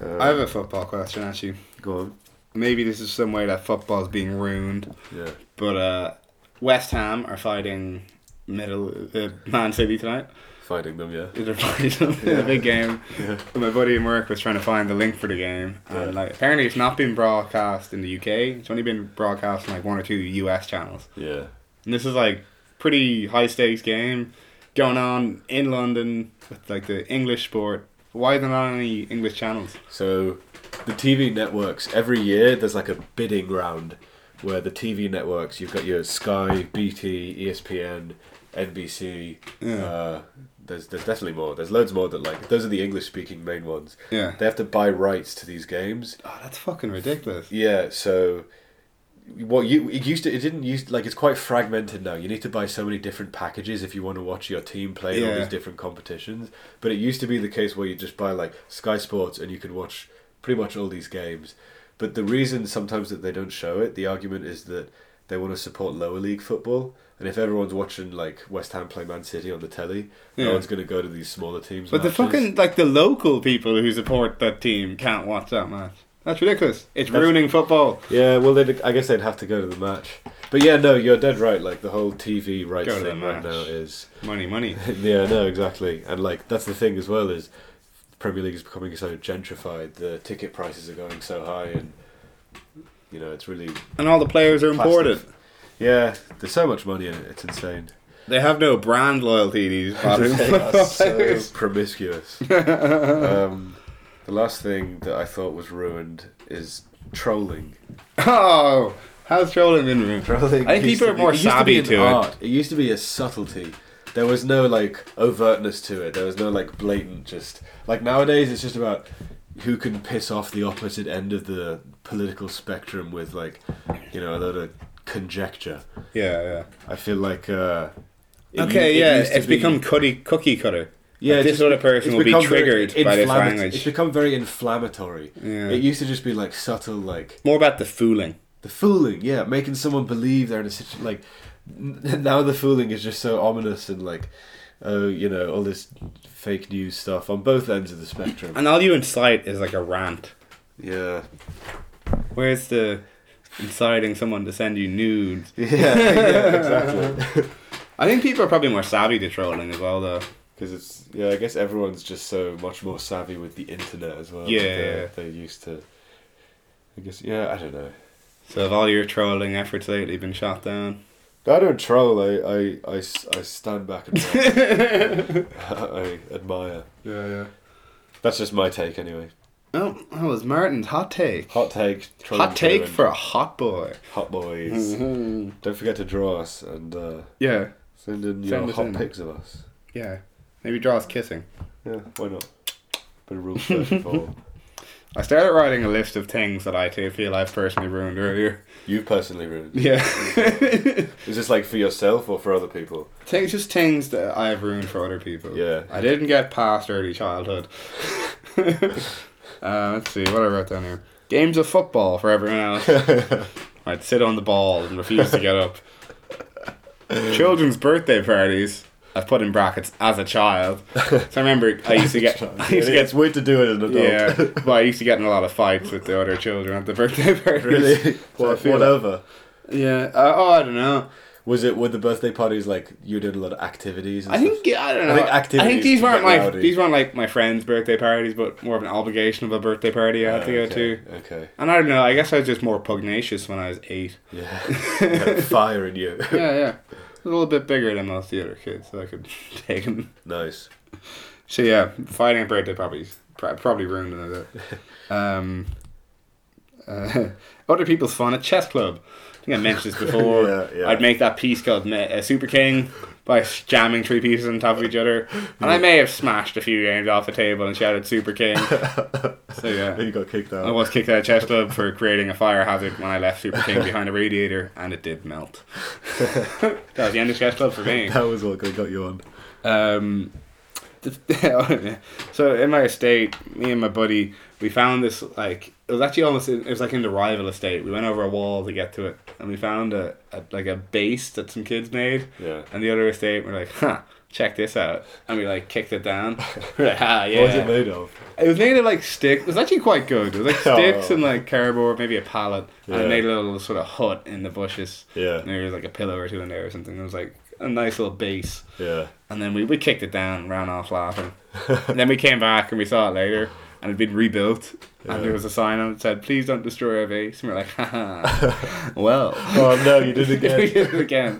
A: Uh,
B: I have a football question, actually.
A: go on.
B: Maybe this is some way that football's being ruined,
A: Yeah.
B: but uh, West Ham are fighting Middle uh, Man City tonight.
A: Fighting them, yeah.
B: They're fighting in a big game.
A: Yeah.
B: My buddy in work was trying to find the link for the game, and
A: Yeah.
B: like apparently it's not been broadcast in the UK. It's only been broadcast on like one or two US channels.
A: Yeah.
B: And this is like pretty high stakes game going on in London with like the English sport. Why are there not any English channels?
A: So the TV networks every year there's like a bidding round where the TV networks you've got your Sky, E BT, ESPN, NBC.
B: Yeah.
A: Uh, there's there's definitely more. There's loads more that like those are the English speaking main ones.
B: Yeah.
A: They have to buy rights to these games.
B: Oh, that's fucking ridiculous.
A: Yeah. So what you it used to it didn't use like it's quite fragmented now. You need to buy so many different packages if you want to watch your team play all
B: Yeah.
A: these different competitions. But it used to be the case where you just buy like Sky Sports and you could watch pretty much all these games. But the reason sometimes that they don't show it, the argument is that they want to support lower league football. And if everyone's watching like West Ham play Man City on the telly,
B: Yeah.
A: no one's going to go to these smaller teams.
B: But the
A: matches.
B: fucking like the local people who support that team can't watch that match. That's ridiculous. It's
A: That's-
B: ruining football.
A: Yeah, well, they'd, I guess they'd have to go to the match. But yeah, no, you're dead right. Like the whole TV rights
B: Go to the
A: thing right
B: match.
A: now is
B: Money, money.
A: yeah, no, exactly. And like that's the thing as well is Premier League is becoming so gentrified. The ticket prices are going so high, and you know it's really
B: And all the players are imported.
A: yeah. There's so much money in it. It's insane.
B: They have no brand loyalty, these bottom
A: They are so
B: players.
A: promiscuous. um, the last thing that I thought was ruined is trolling.
B: Oh, how's trolling been ruined?
A: Trolling.
B: I think
A: used
B: people
A: to
B: are
A: be-
B: more
A: used to
B: savvy
A: be an
B: to it.
A: art. It used to be a subtlety. There was no like overtness to it. There was no like blatant just like nowadays it's just about who can piss off the opposite end of the political spectrum with like you know a lot of conjecture.
B: Yeah, yeah.
A: I feel like uh it
B: Okay,
A: u- it
B: yeah,
A: used to
B: it's
A: be-
B: become cookie cookie cutter.
A: yeah,
B: Like,
A: it's
B: this
A: just-
B: sort of person
A: it's
B: will be
A: become very
B: triggered by this
A: inflammat-
B: language.
A: It's become very inflammatory.
B: Yeah.
A: It used to just be like subtle, like
B: More about the fooling.
A: The fooling, yeah, making someone believe they're in a situation like n- now the fooling is just so ominous and like oh you know all this fake news stuff on both ends of the spectrum.
B: And all you incite is like a rant.
A: Yeah,
B: Where's the inciting someone to send you nudes?
A: yeah, yeah exactly.
B: I think people are probably more savvy to trolling as well, though.
A: Because it's yeah, I guess everyone's just so much more savvy with the internet as well.
B: Yeah.
A: they're, they're used to. I guess yeah, I don't know.
B: So have all your trolling efforts lately been shot down?
A: I don't troll. I I, I, s- I stand back and laugh. I admire.
B: Yeah, yeah.
A: That's just my take anyway.
B: Oh, that was Martin's hot take.
A: Hot take. trolling
B: Hot take
A: Twitter
B: for a hot boy.
A: and hot boys. Don't forget to draw us and uh,
B: Yeah,
A: send in
B: Mm-hmm. Send
A: your
B: us
A: hot
B: in.
A: pics of us.
B: yeah. Maybe draw us kissing.
A: Yeah, why not? But rule thirty four.
B: I started writing a list of things that I do feel I've personally ruined earlier.
A: you personally ruined.
B: Yeah.
A: Is this like for yourself or for other people?
B: things, just things that I've ruined for other people.
A: Yeah.
B: I didn't get past early childhood. uh, let's see, what I wrote down here. Games of football for everyone else. I'd sit on the ball and refuse to get up. Children's birthday parties. I've put in brackets as a child. So I remember I used to get I used to
A: it's
B: get
A: weird to do it as an adult.
B: yeah, but I used to get in a lot of fights with the other children at the birthday parties.
A: really.
B: So I
A: What,
B: feel like-
A: whatever.
B: Yeah. Uh, oh, I don't know.
A: Was it were the birthday parties like you did a lot of activities? And
B: I
A: stuff?
B: think yeah, I don't know. I
A: think
B: think,
A: activities
B: these
A: to
B: weren't
A: get
B: my
A: rowdy.
B: these weren't like my friends' birthday parties, but more of an obligation of a birthday party I had to go to.
A: Okay, Okay.
B: And I don't know. I guess I was just more pugnacious when I was eight.
A: Yeah. yeah fire in you.
B: Yeah, yeah. A little bit bigger than most of the other kids, so I could take them.
A: nice.
B: So yeah, fighting at birthday probably pro- probably ruined it a bit. Um, uh, other people's fun at chess club. I think I mentioned this before.
A: Yeah, yeah.
B: I'd make that piece called Ma- uh, Super King by jamming three pieces on top of each other, and I may have smashed a few games off the table and shouted Super King. so
A: And
B: yeah.
A: you got kicked out.
B: I was kicked out of chess club for creating a fire hazard when I left Super King behind a radiator, and it did melt. that was the end of chess club for me.
A: That was what got you on.
B: Um, so in my estate, me and my buddy, we found this like it was actually almost in, it was like in the rival estate. We went over a wall to get to it, and we found a, a like a base that some kids made.
A: Yeah.
B: And the other estate, we're like, huh, check this out, and we like kicked it down. we're like, ah, yeah.
A: What was it made of?
B: It was made of like sticks. It was actually quite good. It was like
A: Oh.
B: sticks and like cardboard, maybe a pallet, and
A: Yeah.
B: it made a little sort of hut in the bushes.
A: Yeah.
B: And there was like a pillow or two in there or something. It was like a nice little base.
A: Yeah.
B: And then we, we kicked it down and ran off laughing. and then we came back and we saw it later and it'd been rebuilt. And there was a sign on it that said, please don't destroy our base. And we were like, haha, well.
A: Oh no, you did it
B: we
A: again.
B: did it again.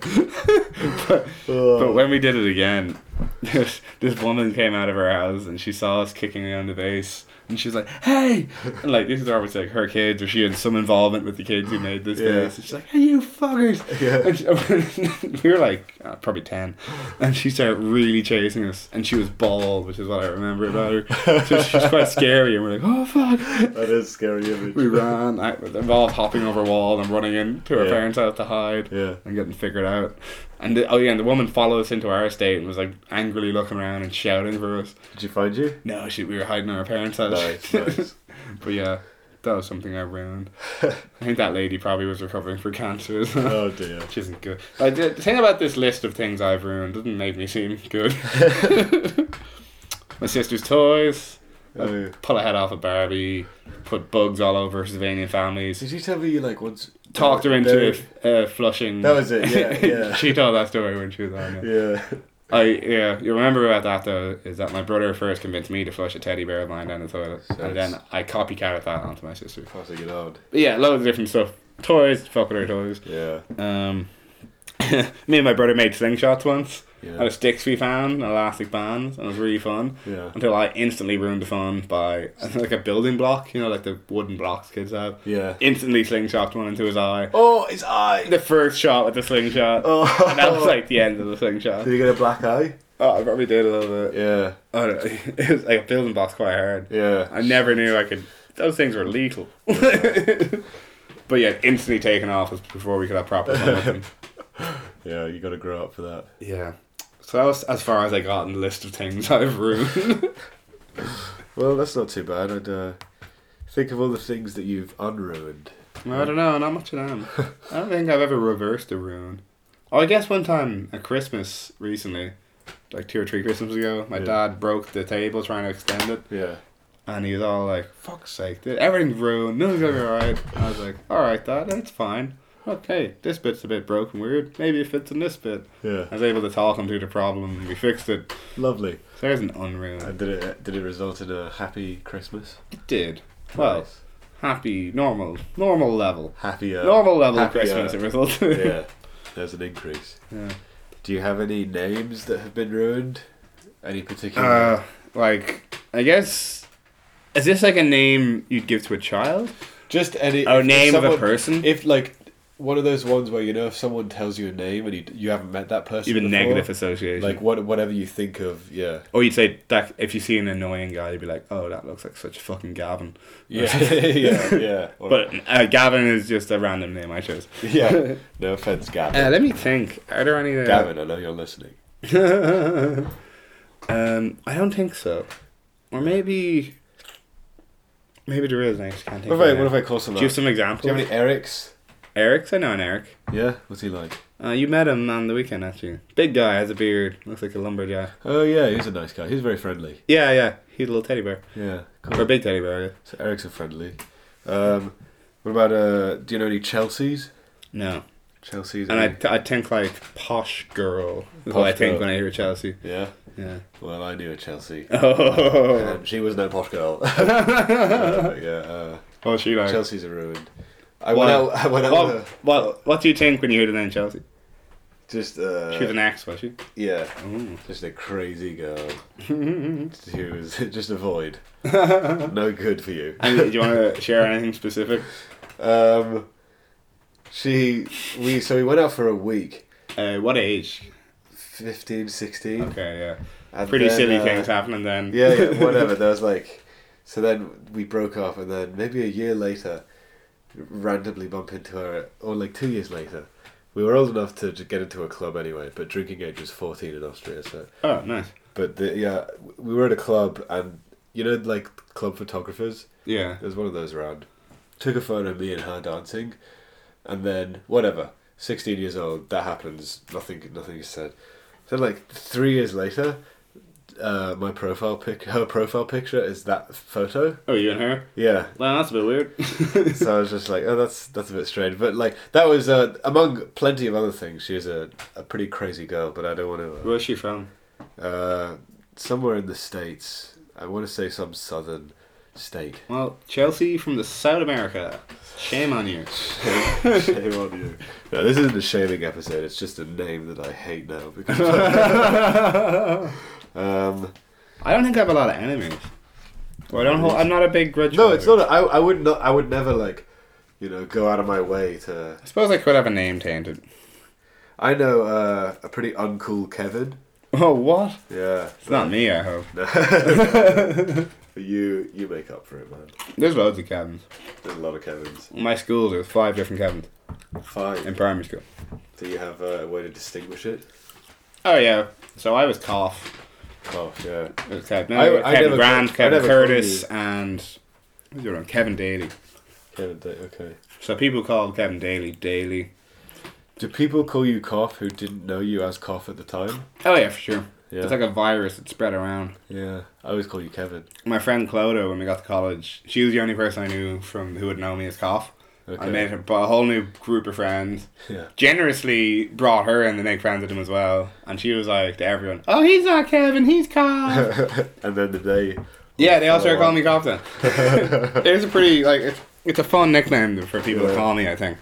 B: but, but when we did it again, this, this woman came out of her house and she saw us kicking around the base. And she's like, hey! And like, this is obviously like her kids, or she had some involvement with the kids who made this
A: Yeah.
B: base. And she's like, hey, you fuckers!
A: Yeah.
B: And she- we were like, uh, probably 10. And she started really chasing us. And she was bald, which is what I remember about her. So she's quite scary. And we're like, oh, fuck!
A: that is a scary image.
B: We ran, I, involved hopping over a wall and running into her
A: Yeah.
B: parents' house to hide
A: Yeah.
B: and getting figured out. And the, oh yeah, and the woman followed us into our estate and was like angrily looking around and shouting for us.
A: Did you find you?
B: No, she, we were hiding in our parents' house.
A: Nice, nice.
B: but yeah, that was something I ruined. I think that lady probably was recovering from cancer. as well.
A: Oh dear.
B: Which isn't good. Like, the the thing about this list of things I've ruined doesn't make me seem good. My sister's toys.
A: Oh.
B: Pull a head off a Barbie. Put bugs all over Slovenian families.
A: Did you tell me you like once
B: Talked her into
A: No.
B: uh, flushing.
A: That was it, yeah, yeah.
B: she told that story when she was on. it.
A: Yeah.
B: I yeah, you remember about that though is that my brother first convinced me to flush a teddy bear of mine down the toilet, and
A: it's-
B: then I copycatted that onto my sister.
A: Passing it on.
B: But yeah, loads of different stuff, toys, fuck with her toys.
A: Yeah.
B: Um, me and my brother made slingshots once.
A: Yeah.
B: Out of sticks we found, and elastic bands, and it was really fun.
A: Yeah.
B: Until I instantly ruined the fun by like a building block, you know, like the wooden blocks kids have.
A: Yeah.
B: Instantly slingshot one into his eye.
A: Oh, his eye.
B: The first shot with the slingshot.
A: Oh.
B: And that was like the end of the slingshot.
A: Did you get a black eye?
B: Oh, I probably did a little bit.
A: Yeah.
B: I don't know. Oh, It was like a building box quite hard.
A: Yeah.
B: I never knew I could. Those things were lethal. but yeah, instantly taken off was before we could have proper fun with them.
A: Yeah, you got to grow up for that.
B: Yeah. So that was as far as I got in the list of things I've ruined.
A: Well, that's not too bad. I'd uh, think of all the things that you've unruined.
B: I don't know, not much of them. I don't think I've ever reversed a rune. Oh, I guess one time at Christmas recently, like two or three Christmas ago, my
A: Yeah.
B: dad broke the table trying to extend it,
A: Yeah.
B: and he was all like, "Fuck's sake, dude, everything's ruined. Nothing's gonna be alright." I was like, "Alright, dad, that's fine. Okay, this bit's a bit broken, weird. Maybe it fits in this bit."
A: Yeah.
B: I was able to talk him through the problem. and We fixed it.
A: Lovely.
B: So there's an unruined.
A: And did it did it result in a happy Christmas?
B: It did. Well,
A: Nice. uh,
B: happy, normal, normal level.
A: happier.
B: normal level
A: happier.
B: Christmas, it resulted.
A: uh, yeah. There's an increase.
B: Yeah.
A: Do you have any names that have been ruined? Any particular?
B: Uh, like, I guess. Is this like a name you'd give to a child?
A: Just any.
B: Oh,
A: if- if
B: name of a
A: someone-
B: person?
A: If like one of those ones where you know if someone tells you a name and you, you haven't met that person,
B: Even
A: before,
B: negative association.
A: Like what whatever you think of, yeah,
B: or you'd say that if you see an annoying guy, you'd be like, "Oh, that looks like such a fucking Gavin."
A: yeah, yeah, yeah. Or-
B: But uh, Gavin is just a random name I chose.
A: yeah, no offense,
B: Uh,
A: Gavin.
B: let me think. Are there any? Uh,
A: Gavin, I know you're listening.
B: um, I don't think so. Or maybe, maybe there is. I just can't think.
A: What if
B: of
A: I,
B: it
A: what
B: now.
A: if I call someone?
B: Do you have some examples?
A: Do you have any Erics?
B: Eric's? I know an Eric.
A: Yeah, what's he like?
B: Uh, you met him on the weekend, actually. Big guy, has a beard, looks like a lumberjack.
A: Oh yeah, he's a nice guy. He's very friendly.
B: Yeah, yeah, he's a little teddy bear.
A: Yeah,
B: Or a
A: cool.
B: big teddy bear. I guess.
A: So Eric's are friendly. Um, what about uh? Do you know any Chelseas?
B: No.
A: Chelseas.
B: And I,
A: any-
B: t- I think like posh girl is what I
A: Posh
B: think
A: girl.
B: when I hear Chelsea.
A: yeah.
B: Yeah.
A: Well, I knew a Chelsea.
B: Oh,
A: Um, she was no pot girl. Uh, yeah,
B: oh she
A: uh,
B: like.
A: Chelsea's are ruined. I
B: What,
A: went out. I went out.
B: what,
A: with her-
B: what, what do you think when you hear the name Chelsea?
A: just
B: She was an
A: uh,
B: axe, was she?
A: yeah,
B: Ooh.
A: just a crazy girl. she was just a void. no good for you.
B: And do you want to share anything specific?
A: Um, she we so we went out for a week,
B: Uh, what age?
A: 15, 16.
B: Okay, yeah.
A: and
B: Pretty
A: then,
B: silly
A: uh,
B: things happening then.
A: Yeah, yeah, whatever. There was like, so then we broke up, and then maybe a year later, randomly bump into her, or like two years later. We were old enough to, to get into a club anyway, but drinking age was fourteen in Austria. So,
B: oh, nice.
A: but the, yeah, we were at a club, and you know, like club photographers.
B: Yeah.
A: There's one of those around. Took a photo of me and her dancing, and then whatever. Sixteen years old, that happens. Nothing, nothing is said. Then like three years later, uh, my profile pic, her profile picture is that photo.
B: Oh, you and her?
A: Yeah.
B: Well, that's a bit weird.
A: So I was just like, oh, that's that's a bit strange. But like that was uh, among plenty of other things. She was a, a pretty crazy girl, but I don't want to.
B: Where's she from?
A: Uh, somewhere in the states, I want to say some southern state.
B: Well, Chelsea from the South America. Shame on you.
A: Shame on you. No, this isn't a shaming episode. It's just a name that I hate now because. um,
B: I don't think I have a lot of enemies. Well, I don't hold, I'm not a big grudge.
A: no,
B: holder.
A: it's not. I I would not. I would never like, you know, go out of my way to.
B: I suppose I could have a name tainted.
A: I know uh, a pretty uncool Kevin.
B: Oh, what?
A: Yeah.
B: It's not me, I hope.
A: You you make up for it, man.
B: There's loads of cabins.
A: There's a lot of Kevins.
B: In my school, there's five different cabins in
A: Fine.
B: primary school.
A: Do you have uh, a way to distinguish it?
B: Oh, yeah. So I was Cough.
A: Oh yeah.
B: It was Kevin,
A: I- I
B: Kevin
A: never
B: Grant,
A: called- I
B: Kevin
A: never called
B: Curtis,
A: you.
B: and who's the other one? Kevin Daly.
A: Kevin. Da- Okay.
B: So people call Kevin Daly Daly.
A: Do people call you Cough who didn't know you as Cough at the time?
B: Oh, yeah, for sure.
A: Yeah.
B: It's like a virus that spread around.
A: Yeah. I always call you Kevin.
B: my friend Clodo when we got to college, she was the only person I knew from who would know me as Cough. I
A: Okay.
B: made her, but a whole new group of friends.
A: Yeah.
B: Generously brought her in to make friends with him as well, and she was like to everyone, "Oh, he's not Kevin, he's Cough."
A: and then the day.
B: yeah, they all started
A: Follow
B: calling me Cough then. it's a pretty like it's, it's a fun nickname for people to
A: Yeah.
B: call me. I think,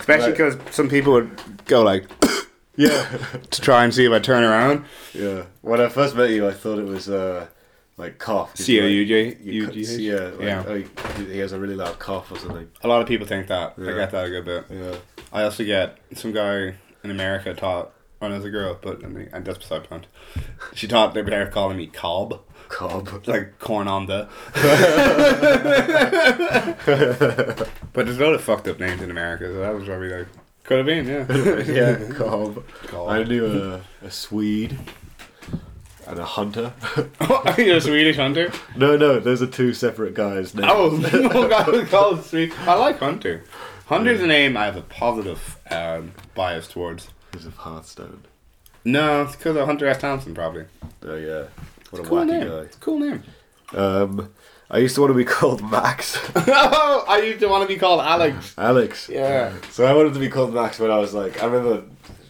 B: especially
A: Right.
B: because some people would go like
A: Yeah.
B: to try and see if I turn around.
A: yeah. When I first met you, I thought it was uh, like cough. 'cause
B: C O U
A: you,
B: J
A: like, you
B: U
A: could
B: G H.
A: see, Yeah. Like,
B: Yeah.
A: Oh, he- he has a really loud cough or something.
B: A lot of people think that. I
A: Yeah.
B: get that a good bit.
A: Yeah.
B: I also get some guy in America taught, and as a girl, but I mean, and that's beside the point. She taught they were calling me cob,
A: Cob.
B: like corn on the. but there's a lot of fucked up names in America, so that was probably like could have been, yeah.
A: yeah. Cob.
B: Cob.
A: I knew a, a Swede and a hunter.
B: You're a Swedish hunter.
A: no, no. Those are two separate guys. Names.
B: Oh, oh God, it's called Swede. I like hunter. Hunter's a name I have a positive um, bias towards.
A: because of Hearthstone.
B: No, it's because of Hunter S. Thompson, probably.
A: Oh yeah, what a
B: Cool
A: wacky
B: name. It's a cool name.
A: guy. Um, I used to want to be called Max,
B: No, I used to want to be called Alex.
A: Alex.
B: Yeah.
A: So I wanted to be called Max when I was like, I remember,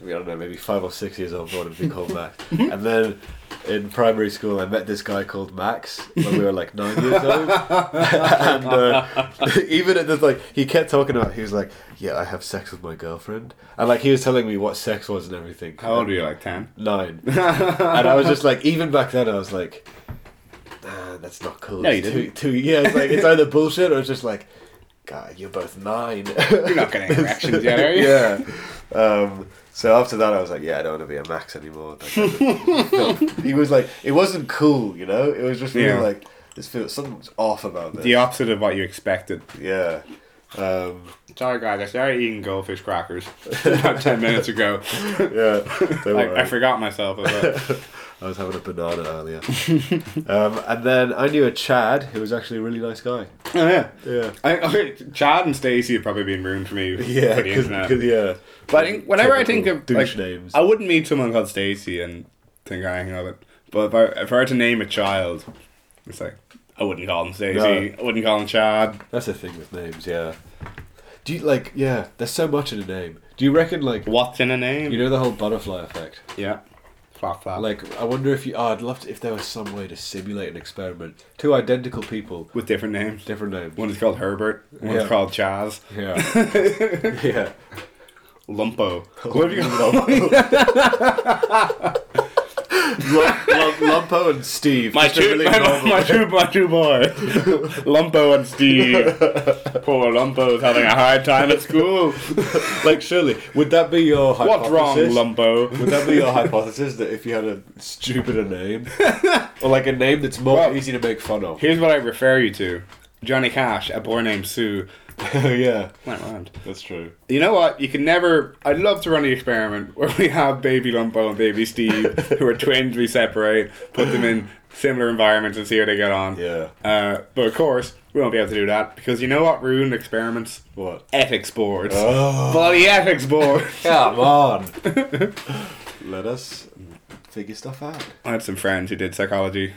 A: I don't know, maybe five or six years old. I wanted to be called Max,
B: Mm-hmm.
A: and then in primary school, I met this guy called Max when we were like nine years old, and uh, even at this, like, he kept talking about, he was like, "Yeah, I have sex with my girlfriend," and like he was telling me what sex was and everything.
B: How old were you? Like ten.
A: Nine, and I was just like, even back then, I was like, "Ah, "That's not cool."
B: No,
A: It's
B: you
A: too,
B: didn't.
A: too, yeah, it's like it's either bullshit or it's just like, God, you're both nine.
B: You're not getting erections yet, are you?
A: yeah. Um, so after that, I was like, yeah, I don't want to be a Max anymore. Like, I don't- he was like, it wasn't cool, you know. It was just really
B: Yeah.
A: like this feels something's off about this.
B: The opposite of what you expected.
A: yeah. Um,
B: Sorry, guys. I started eating goldfish crackers about ten minutes ago.
A: yeah. Don't
B: I,
A: worry.
B: I forgot myself. About it.
A: I was having a banana earlier. um, and then I knew a Chad who was actually a really nice guy.
B: Oh yeah.
A: Yeah.
B: I, okay, Chad and Stacey have probably been ruined for me.
A: Yeah,
B: for the internet.
A: because yeah.
B: But I think whenever I think of
A: Typical
B: like,
A: douche names.
B: I wouldn't meet someone called Stacy and think "Ah, anything of it. But if I, if I were to name a child, it's like I wouldn't call him Stacy.
A: No.
B: I wouldn't call him Chad.
A: That's the thing with names, yeah. Do you like yeah? There's so much in a name. Do you reckon like
B: What's in a name?
A: you know the whole butterfly effect?
B: yeah. Flap flap.
A: Like I wonder if you. Oh, I'd love to, if there was some way to simulate an experiment. Two identical people,
B: with different names.
A: different names.
B: One is called Herbert. One's
A: Yeah.
B: called Chaz.
A: Yeah, yeah.
B: Lumpo. What do you
A: Lump, lump, Lumpo and Steve.
B: My
A: Just a
B: two,
A: really
B: my,
A: normal-
B: my two, my two boy, Lumpo and Steve. Poor Lumpo's having a hard time at school.
A: like surely, would that be your
B: What's
A: hypothesis?
B: wrong, Lumpo?
A: Would that be your hypothesis that if you had a stupider name, or like a name that's more
B: Well-
A: easy to make fun of?
B: Here's what I refer you to: Johnny Cash, a boy named Sue.
A: yeah,
B: Went round.
A: that's true.
B: You know what? You can never. I'd love to run the experiment where we have baby Lumpo and baby Steve, who are twins. We separate, put them in similar environments, and see how they get on.
A: Yeah.
B: Uh, but of course, we won't be able to do that because you know what ruined experiments?
A: What?
B: Ethics boards.
A: Oh.
B: Bloody ethics boards.
A: Come on. Let us figure stuff out.
B: I had some friends who did psychology.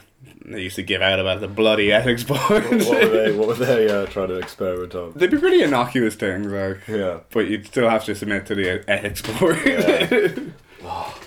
B: They used to give out about the bloody ethics boards.
A: What were they? What were they uh, trying to experiment on?
B: They'd be pretty innocuous things, like.
A: Yeah.
B: But you'd still have to submit to the ethics board.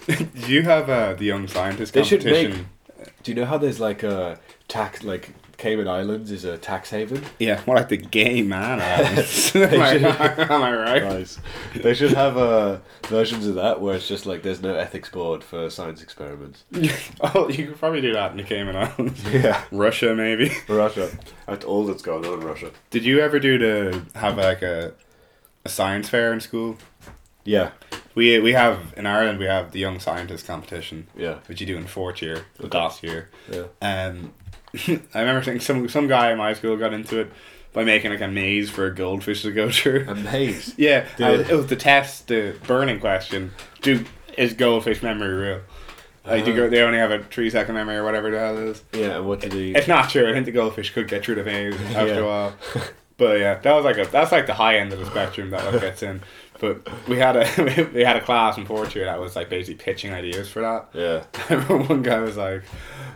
B: Do you have uh, the young scientist
A: They should
B: competition?
A: make. Do you know how there's like a tax like Cayman Islands is a tax haven?
B: Yeah, more like the gay man. Islands. am, I,
A: should-
B: am I right?
A: Nice. They should have uh, versions of that where it's just like there's no ethics board for science experiments.
B: oh, you could probably do that in the Cayman Islands.
A: Yeah.
B: Russia, maybe.
A: Russia. That's all that's going on in Russia.
B: Did you ever do to have like a a science fair in school?
A: Yeah.
B: We we have in Ireland we have the young scientist competition.
A: Yeah.
B: Which you do in fourth year,
A: Okay.
B: last year.
A: Yeah.
B: Um, I remember think some some guy in my school got into it by making like a maze for a goldfish to go through.
A: A maze.
B: yeah,
A: Did
B: I was-
A: it-
B: it was the test, the burning question. Do is goldfish memory real? Like do
A: Uh-huh.
B: go, they only have a three second memory or whatever the hell it is.
A: Yeah. And what did he?
B: If not sure, I think the goldfish could get through the maze after
A: Yeah.
B: a while. But yeah, that was like a that's like the high end of the spectrum that one gets in. But we had a we had a class in Portugal that was like basically pitching ideas for that.
A: Yeah.
B: I remember one guy was like,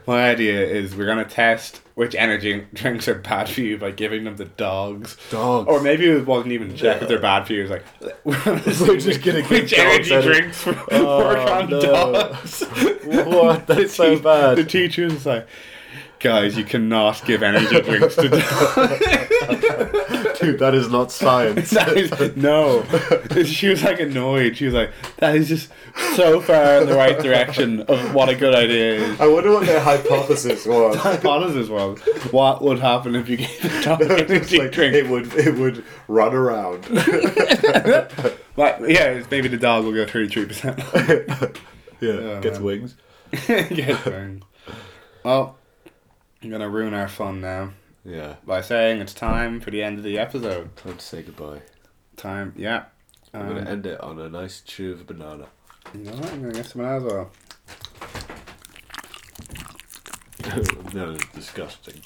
B: "My idea is we're gonna test which energy drinks are bad for you by giving them to dogs."
A: Dogs.
B: Or maybe it wasn't even check if they're bad for you. It was like,
A: We're just gonna give
B: which
A: dogs
B: energy
A: energy."
B: drinks for,
A: Oh,
B: work on
A: no.
B: dogs.
A: What? That's so
B: te-
A: bad.
B: The teacher was like, "Guys, you cannot give energy drinks to dogs."
A: Dude, that is not science.
B: That is, no. She was like annoyed. She was like, "That is just so far in the right direction of what a good idea is."
A: I wonder what their hypothesis was.
B: hypothesis was what would happen if you gave the dog an
A: It's
B: energy
A: like,
B: drink?
A: It would it would run around.
B: Like, yeah, it's maybe the dog will go thirty three percent.
A: yeah,
B: Yeah,
A: gets
B: man.
A: wings.
B: Well, I'm gonna ruin our fun now
A: Yeah,
B: by saying it's time for the end of the episode.
A: time to say goodbye.
B: Time, yeah.
A: I'm
B: Um,
A: gonna end it on a nice chew of a banana.
B: you know what? I'm gonna get some as well.
A: no, disgusting.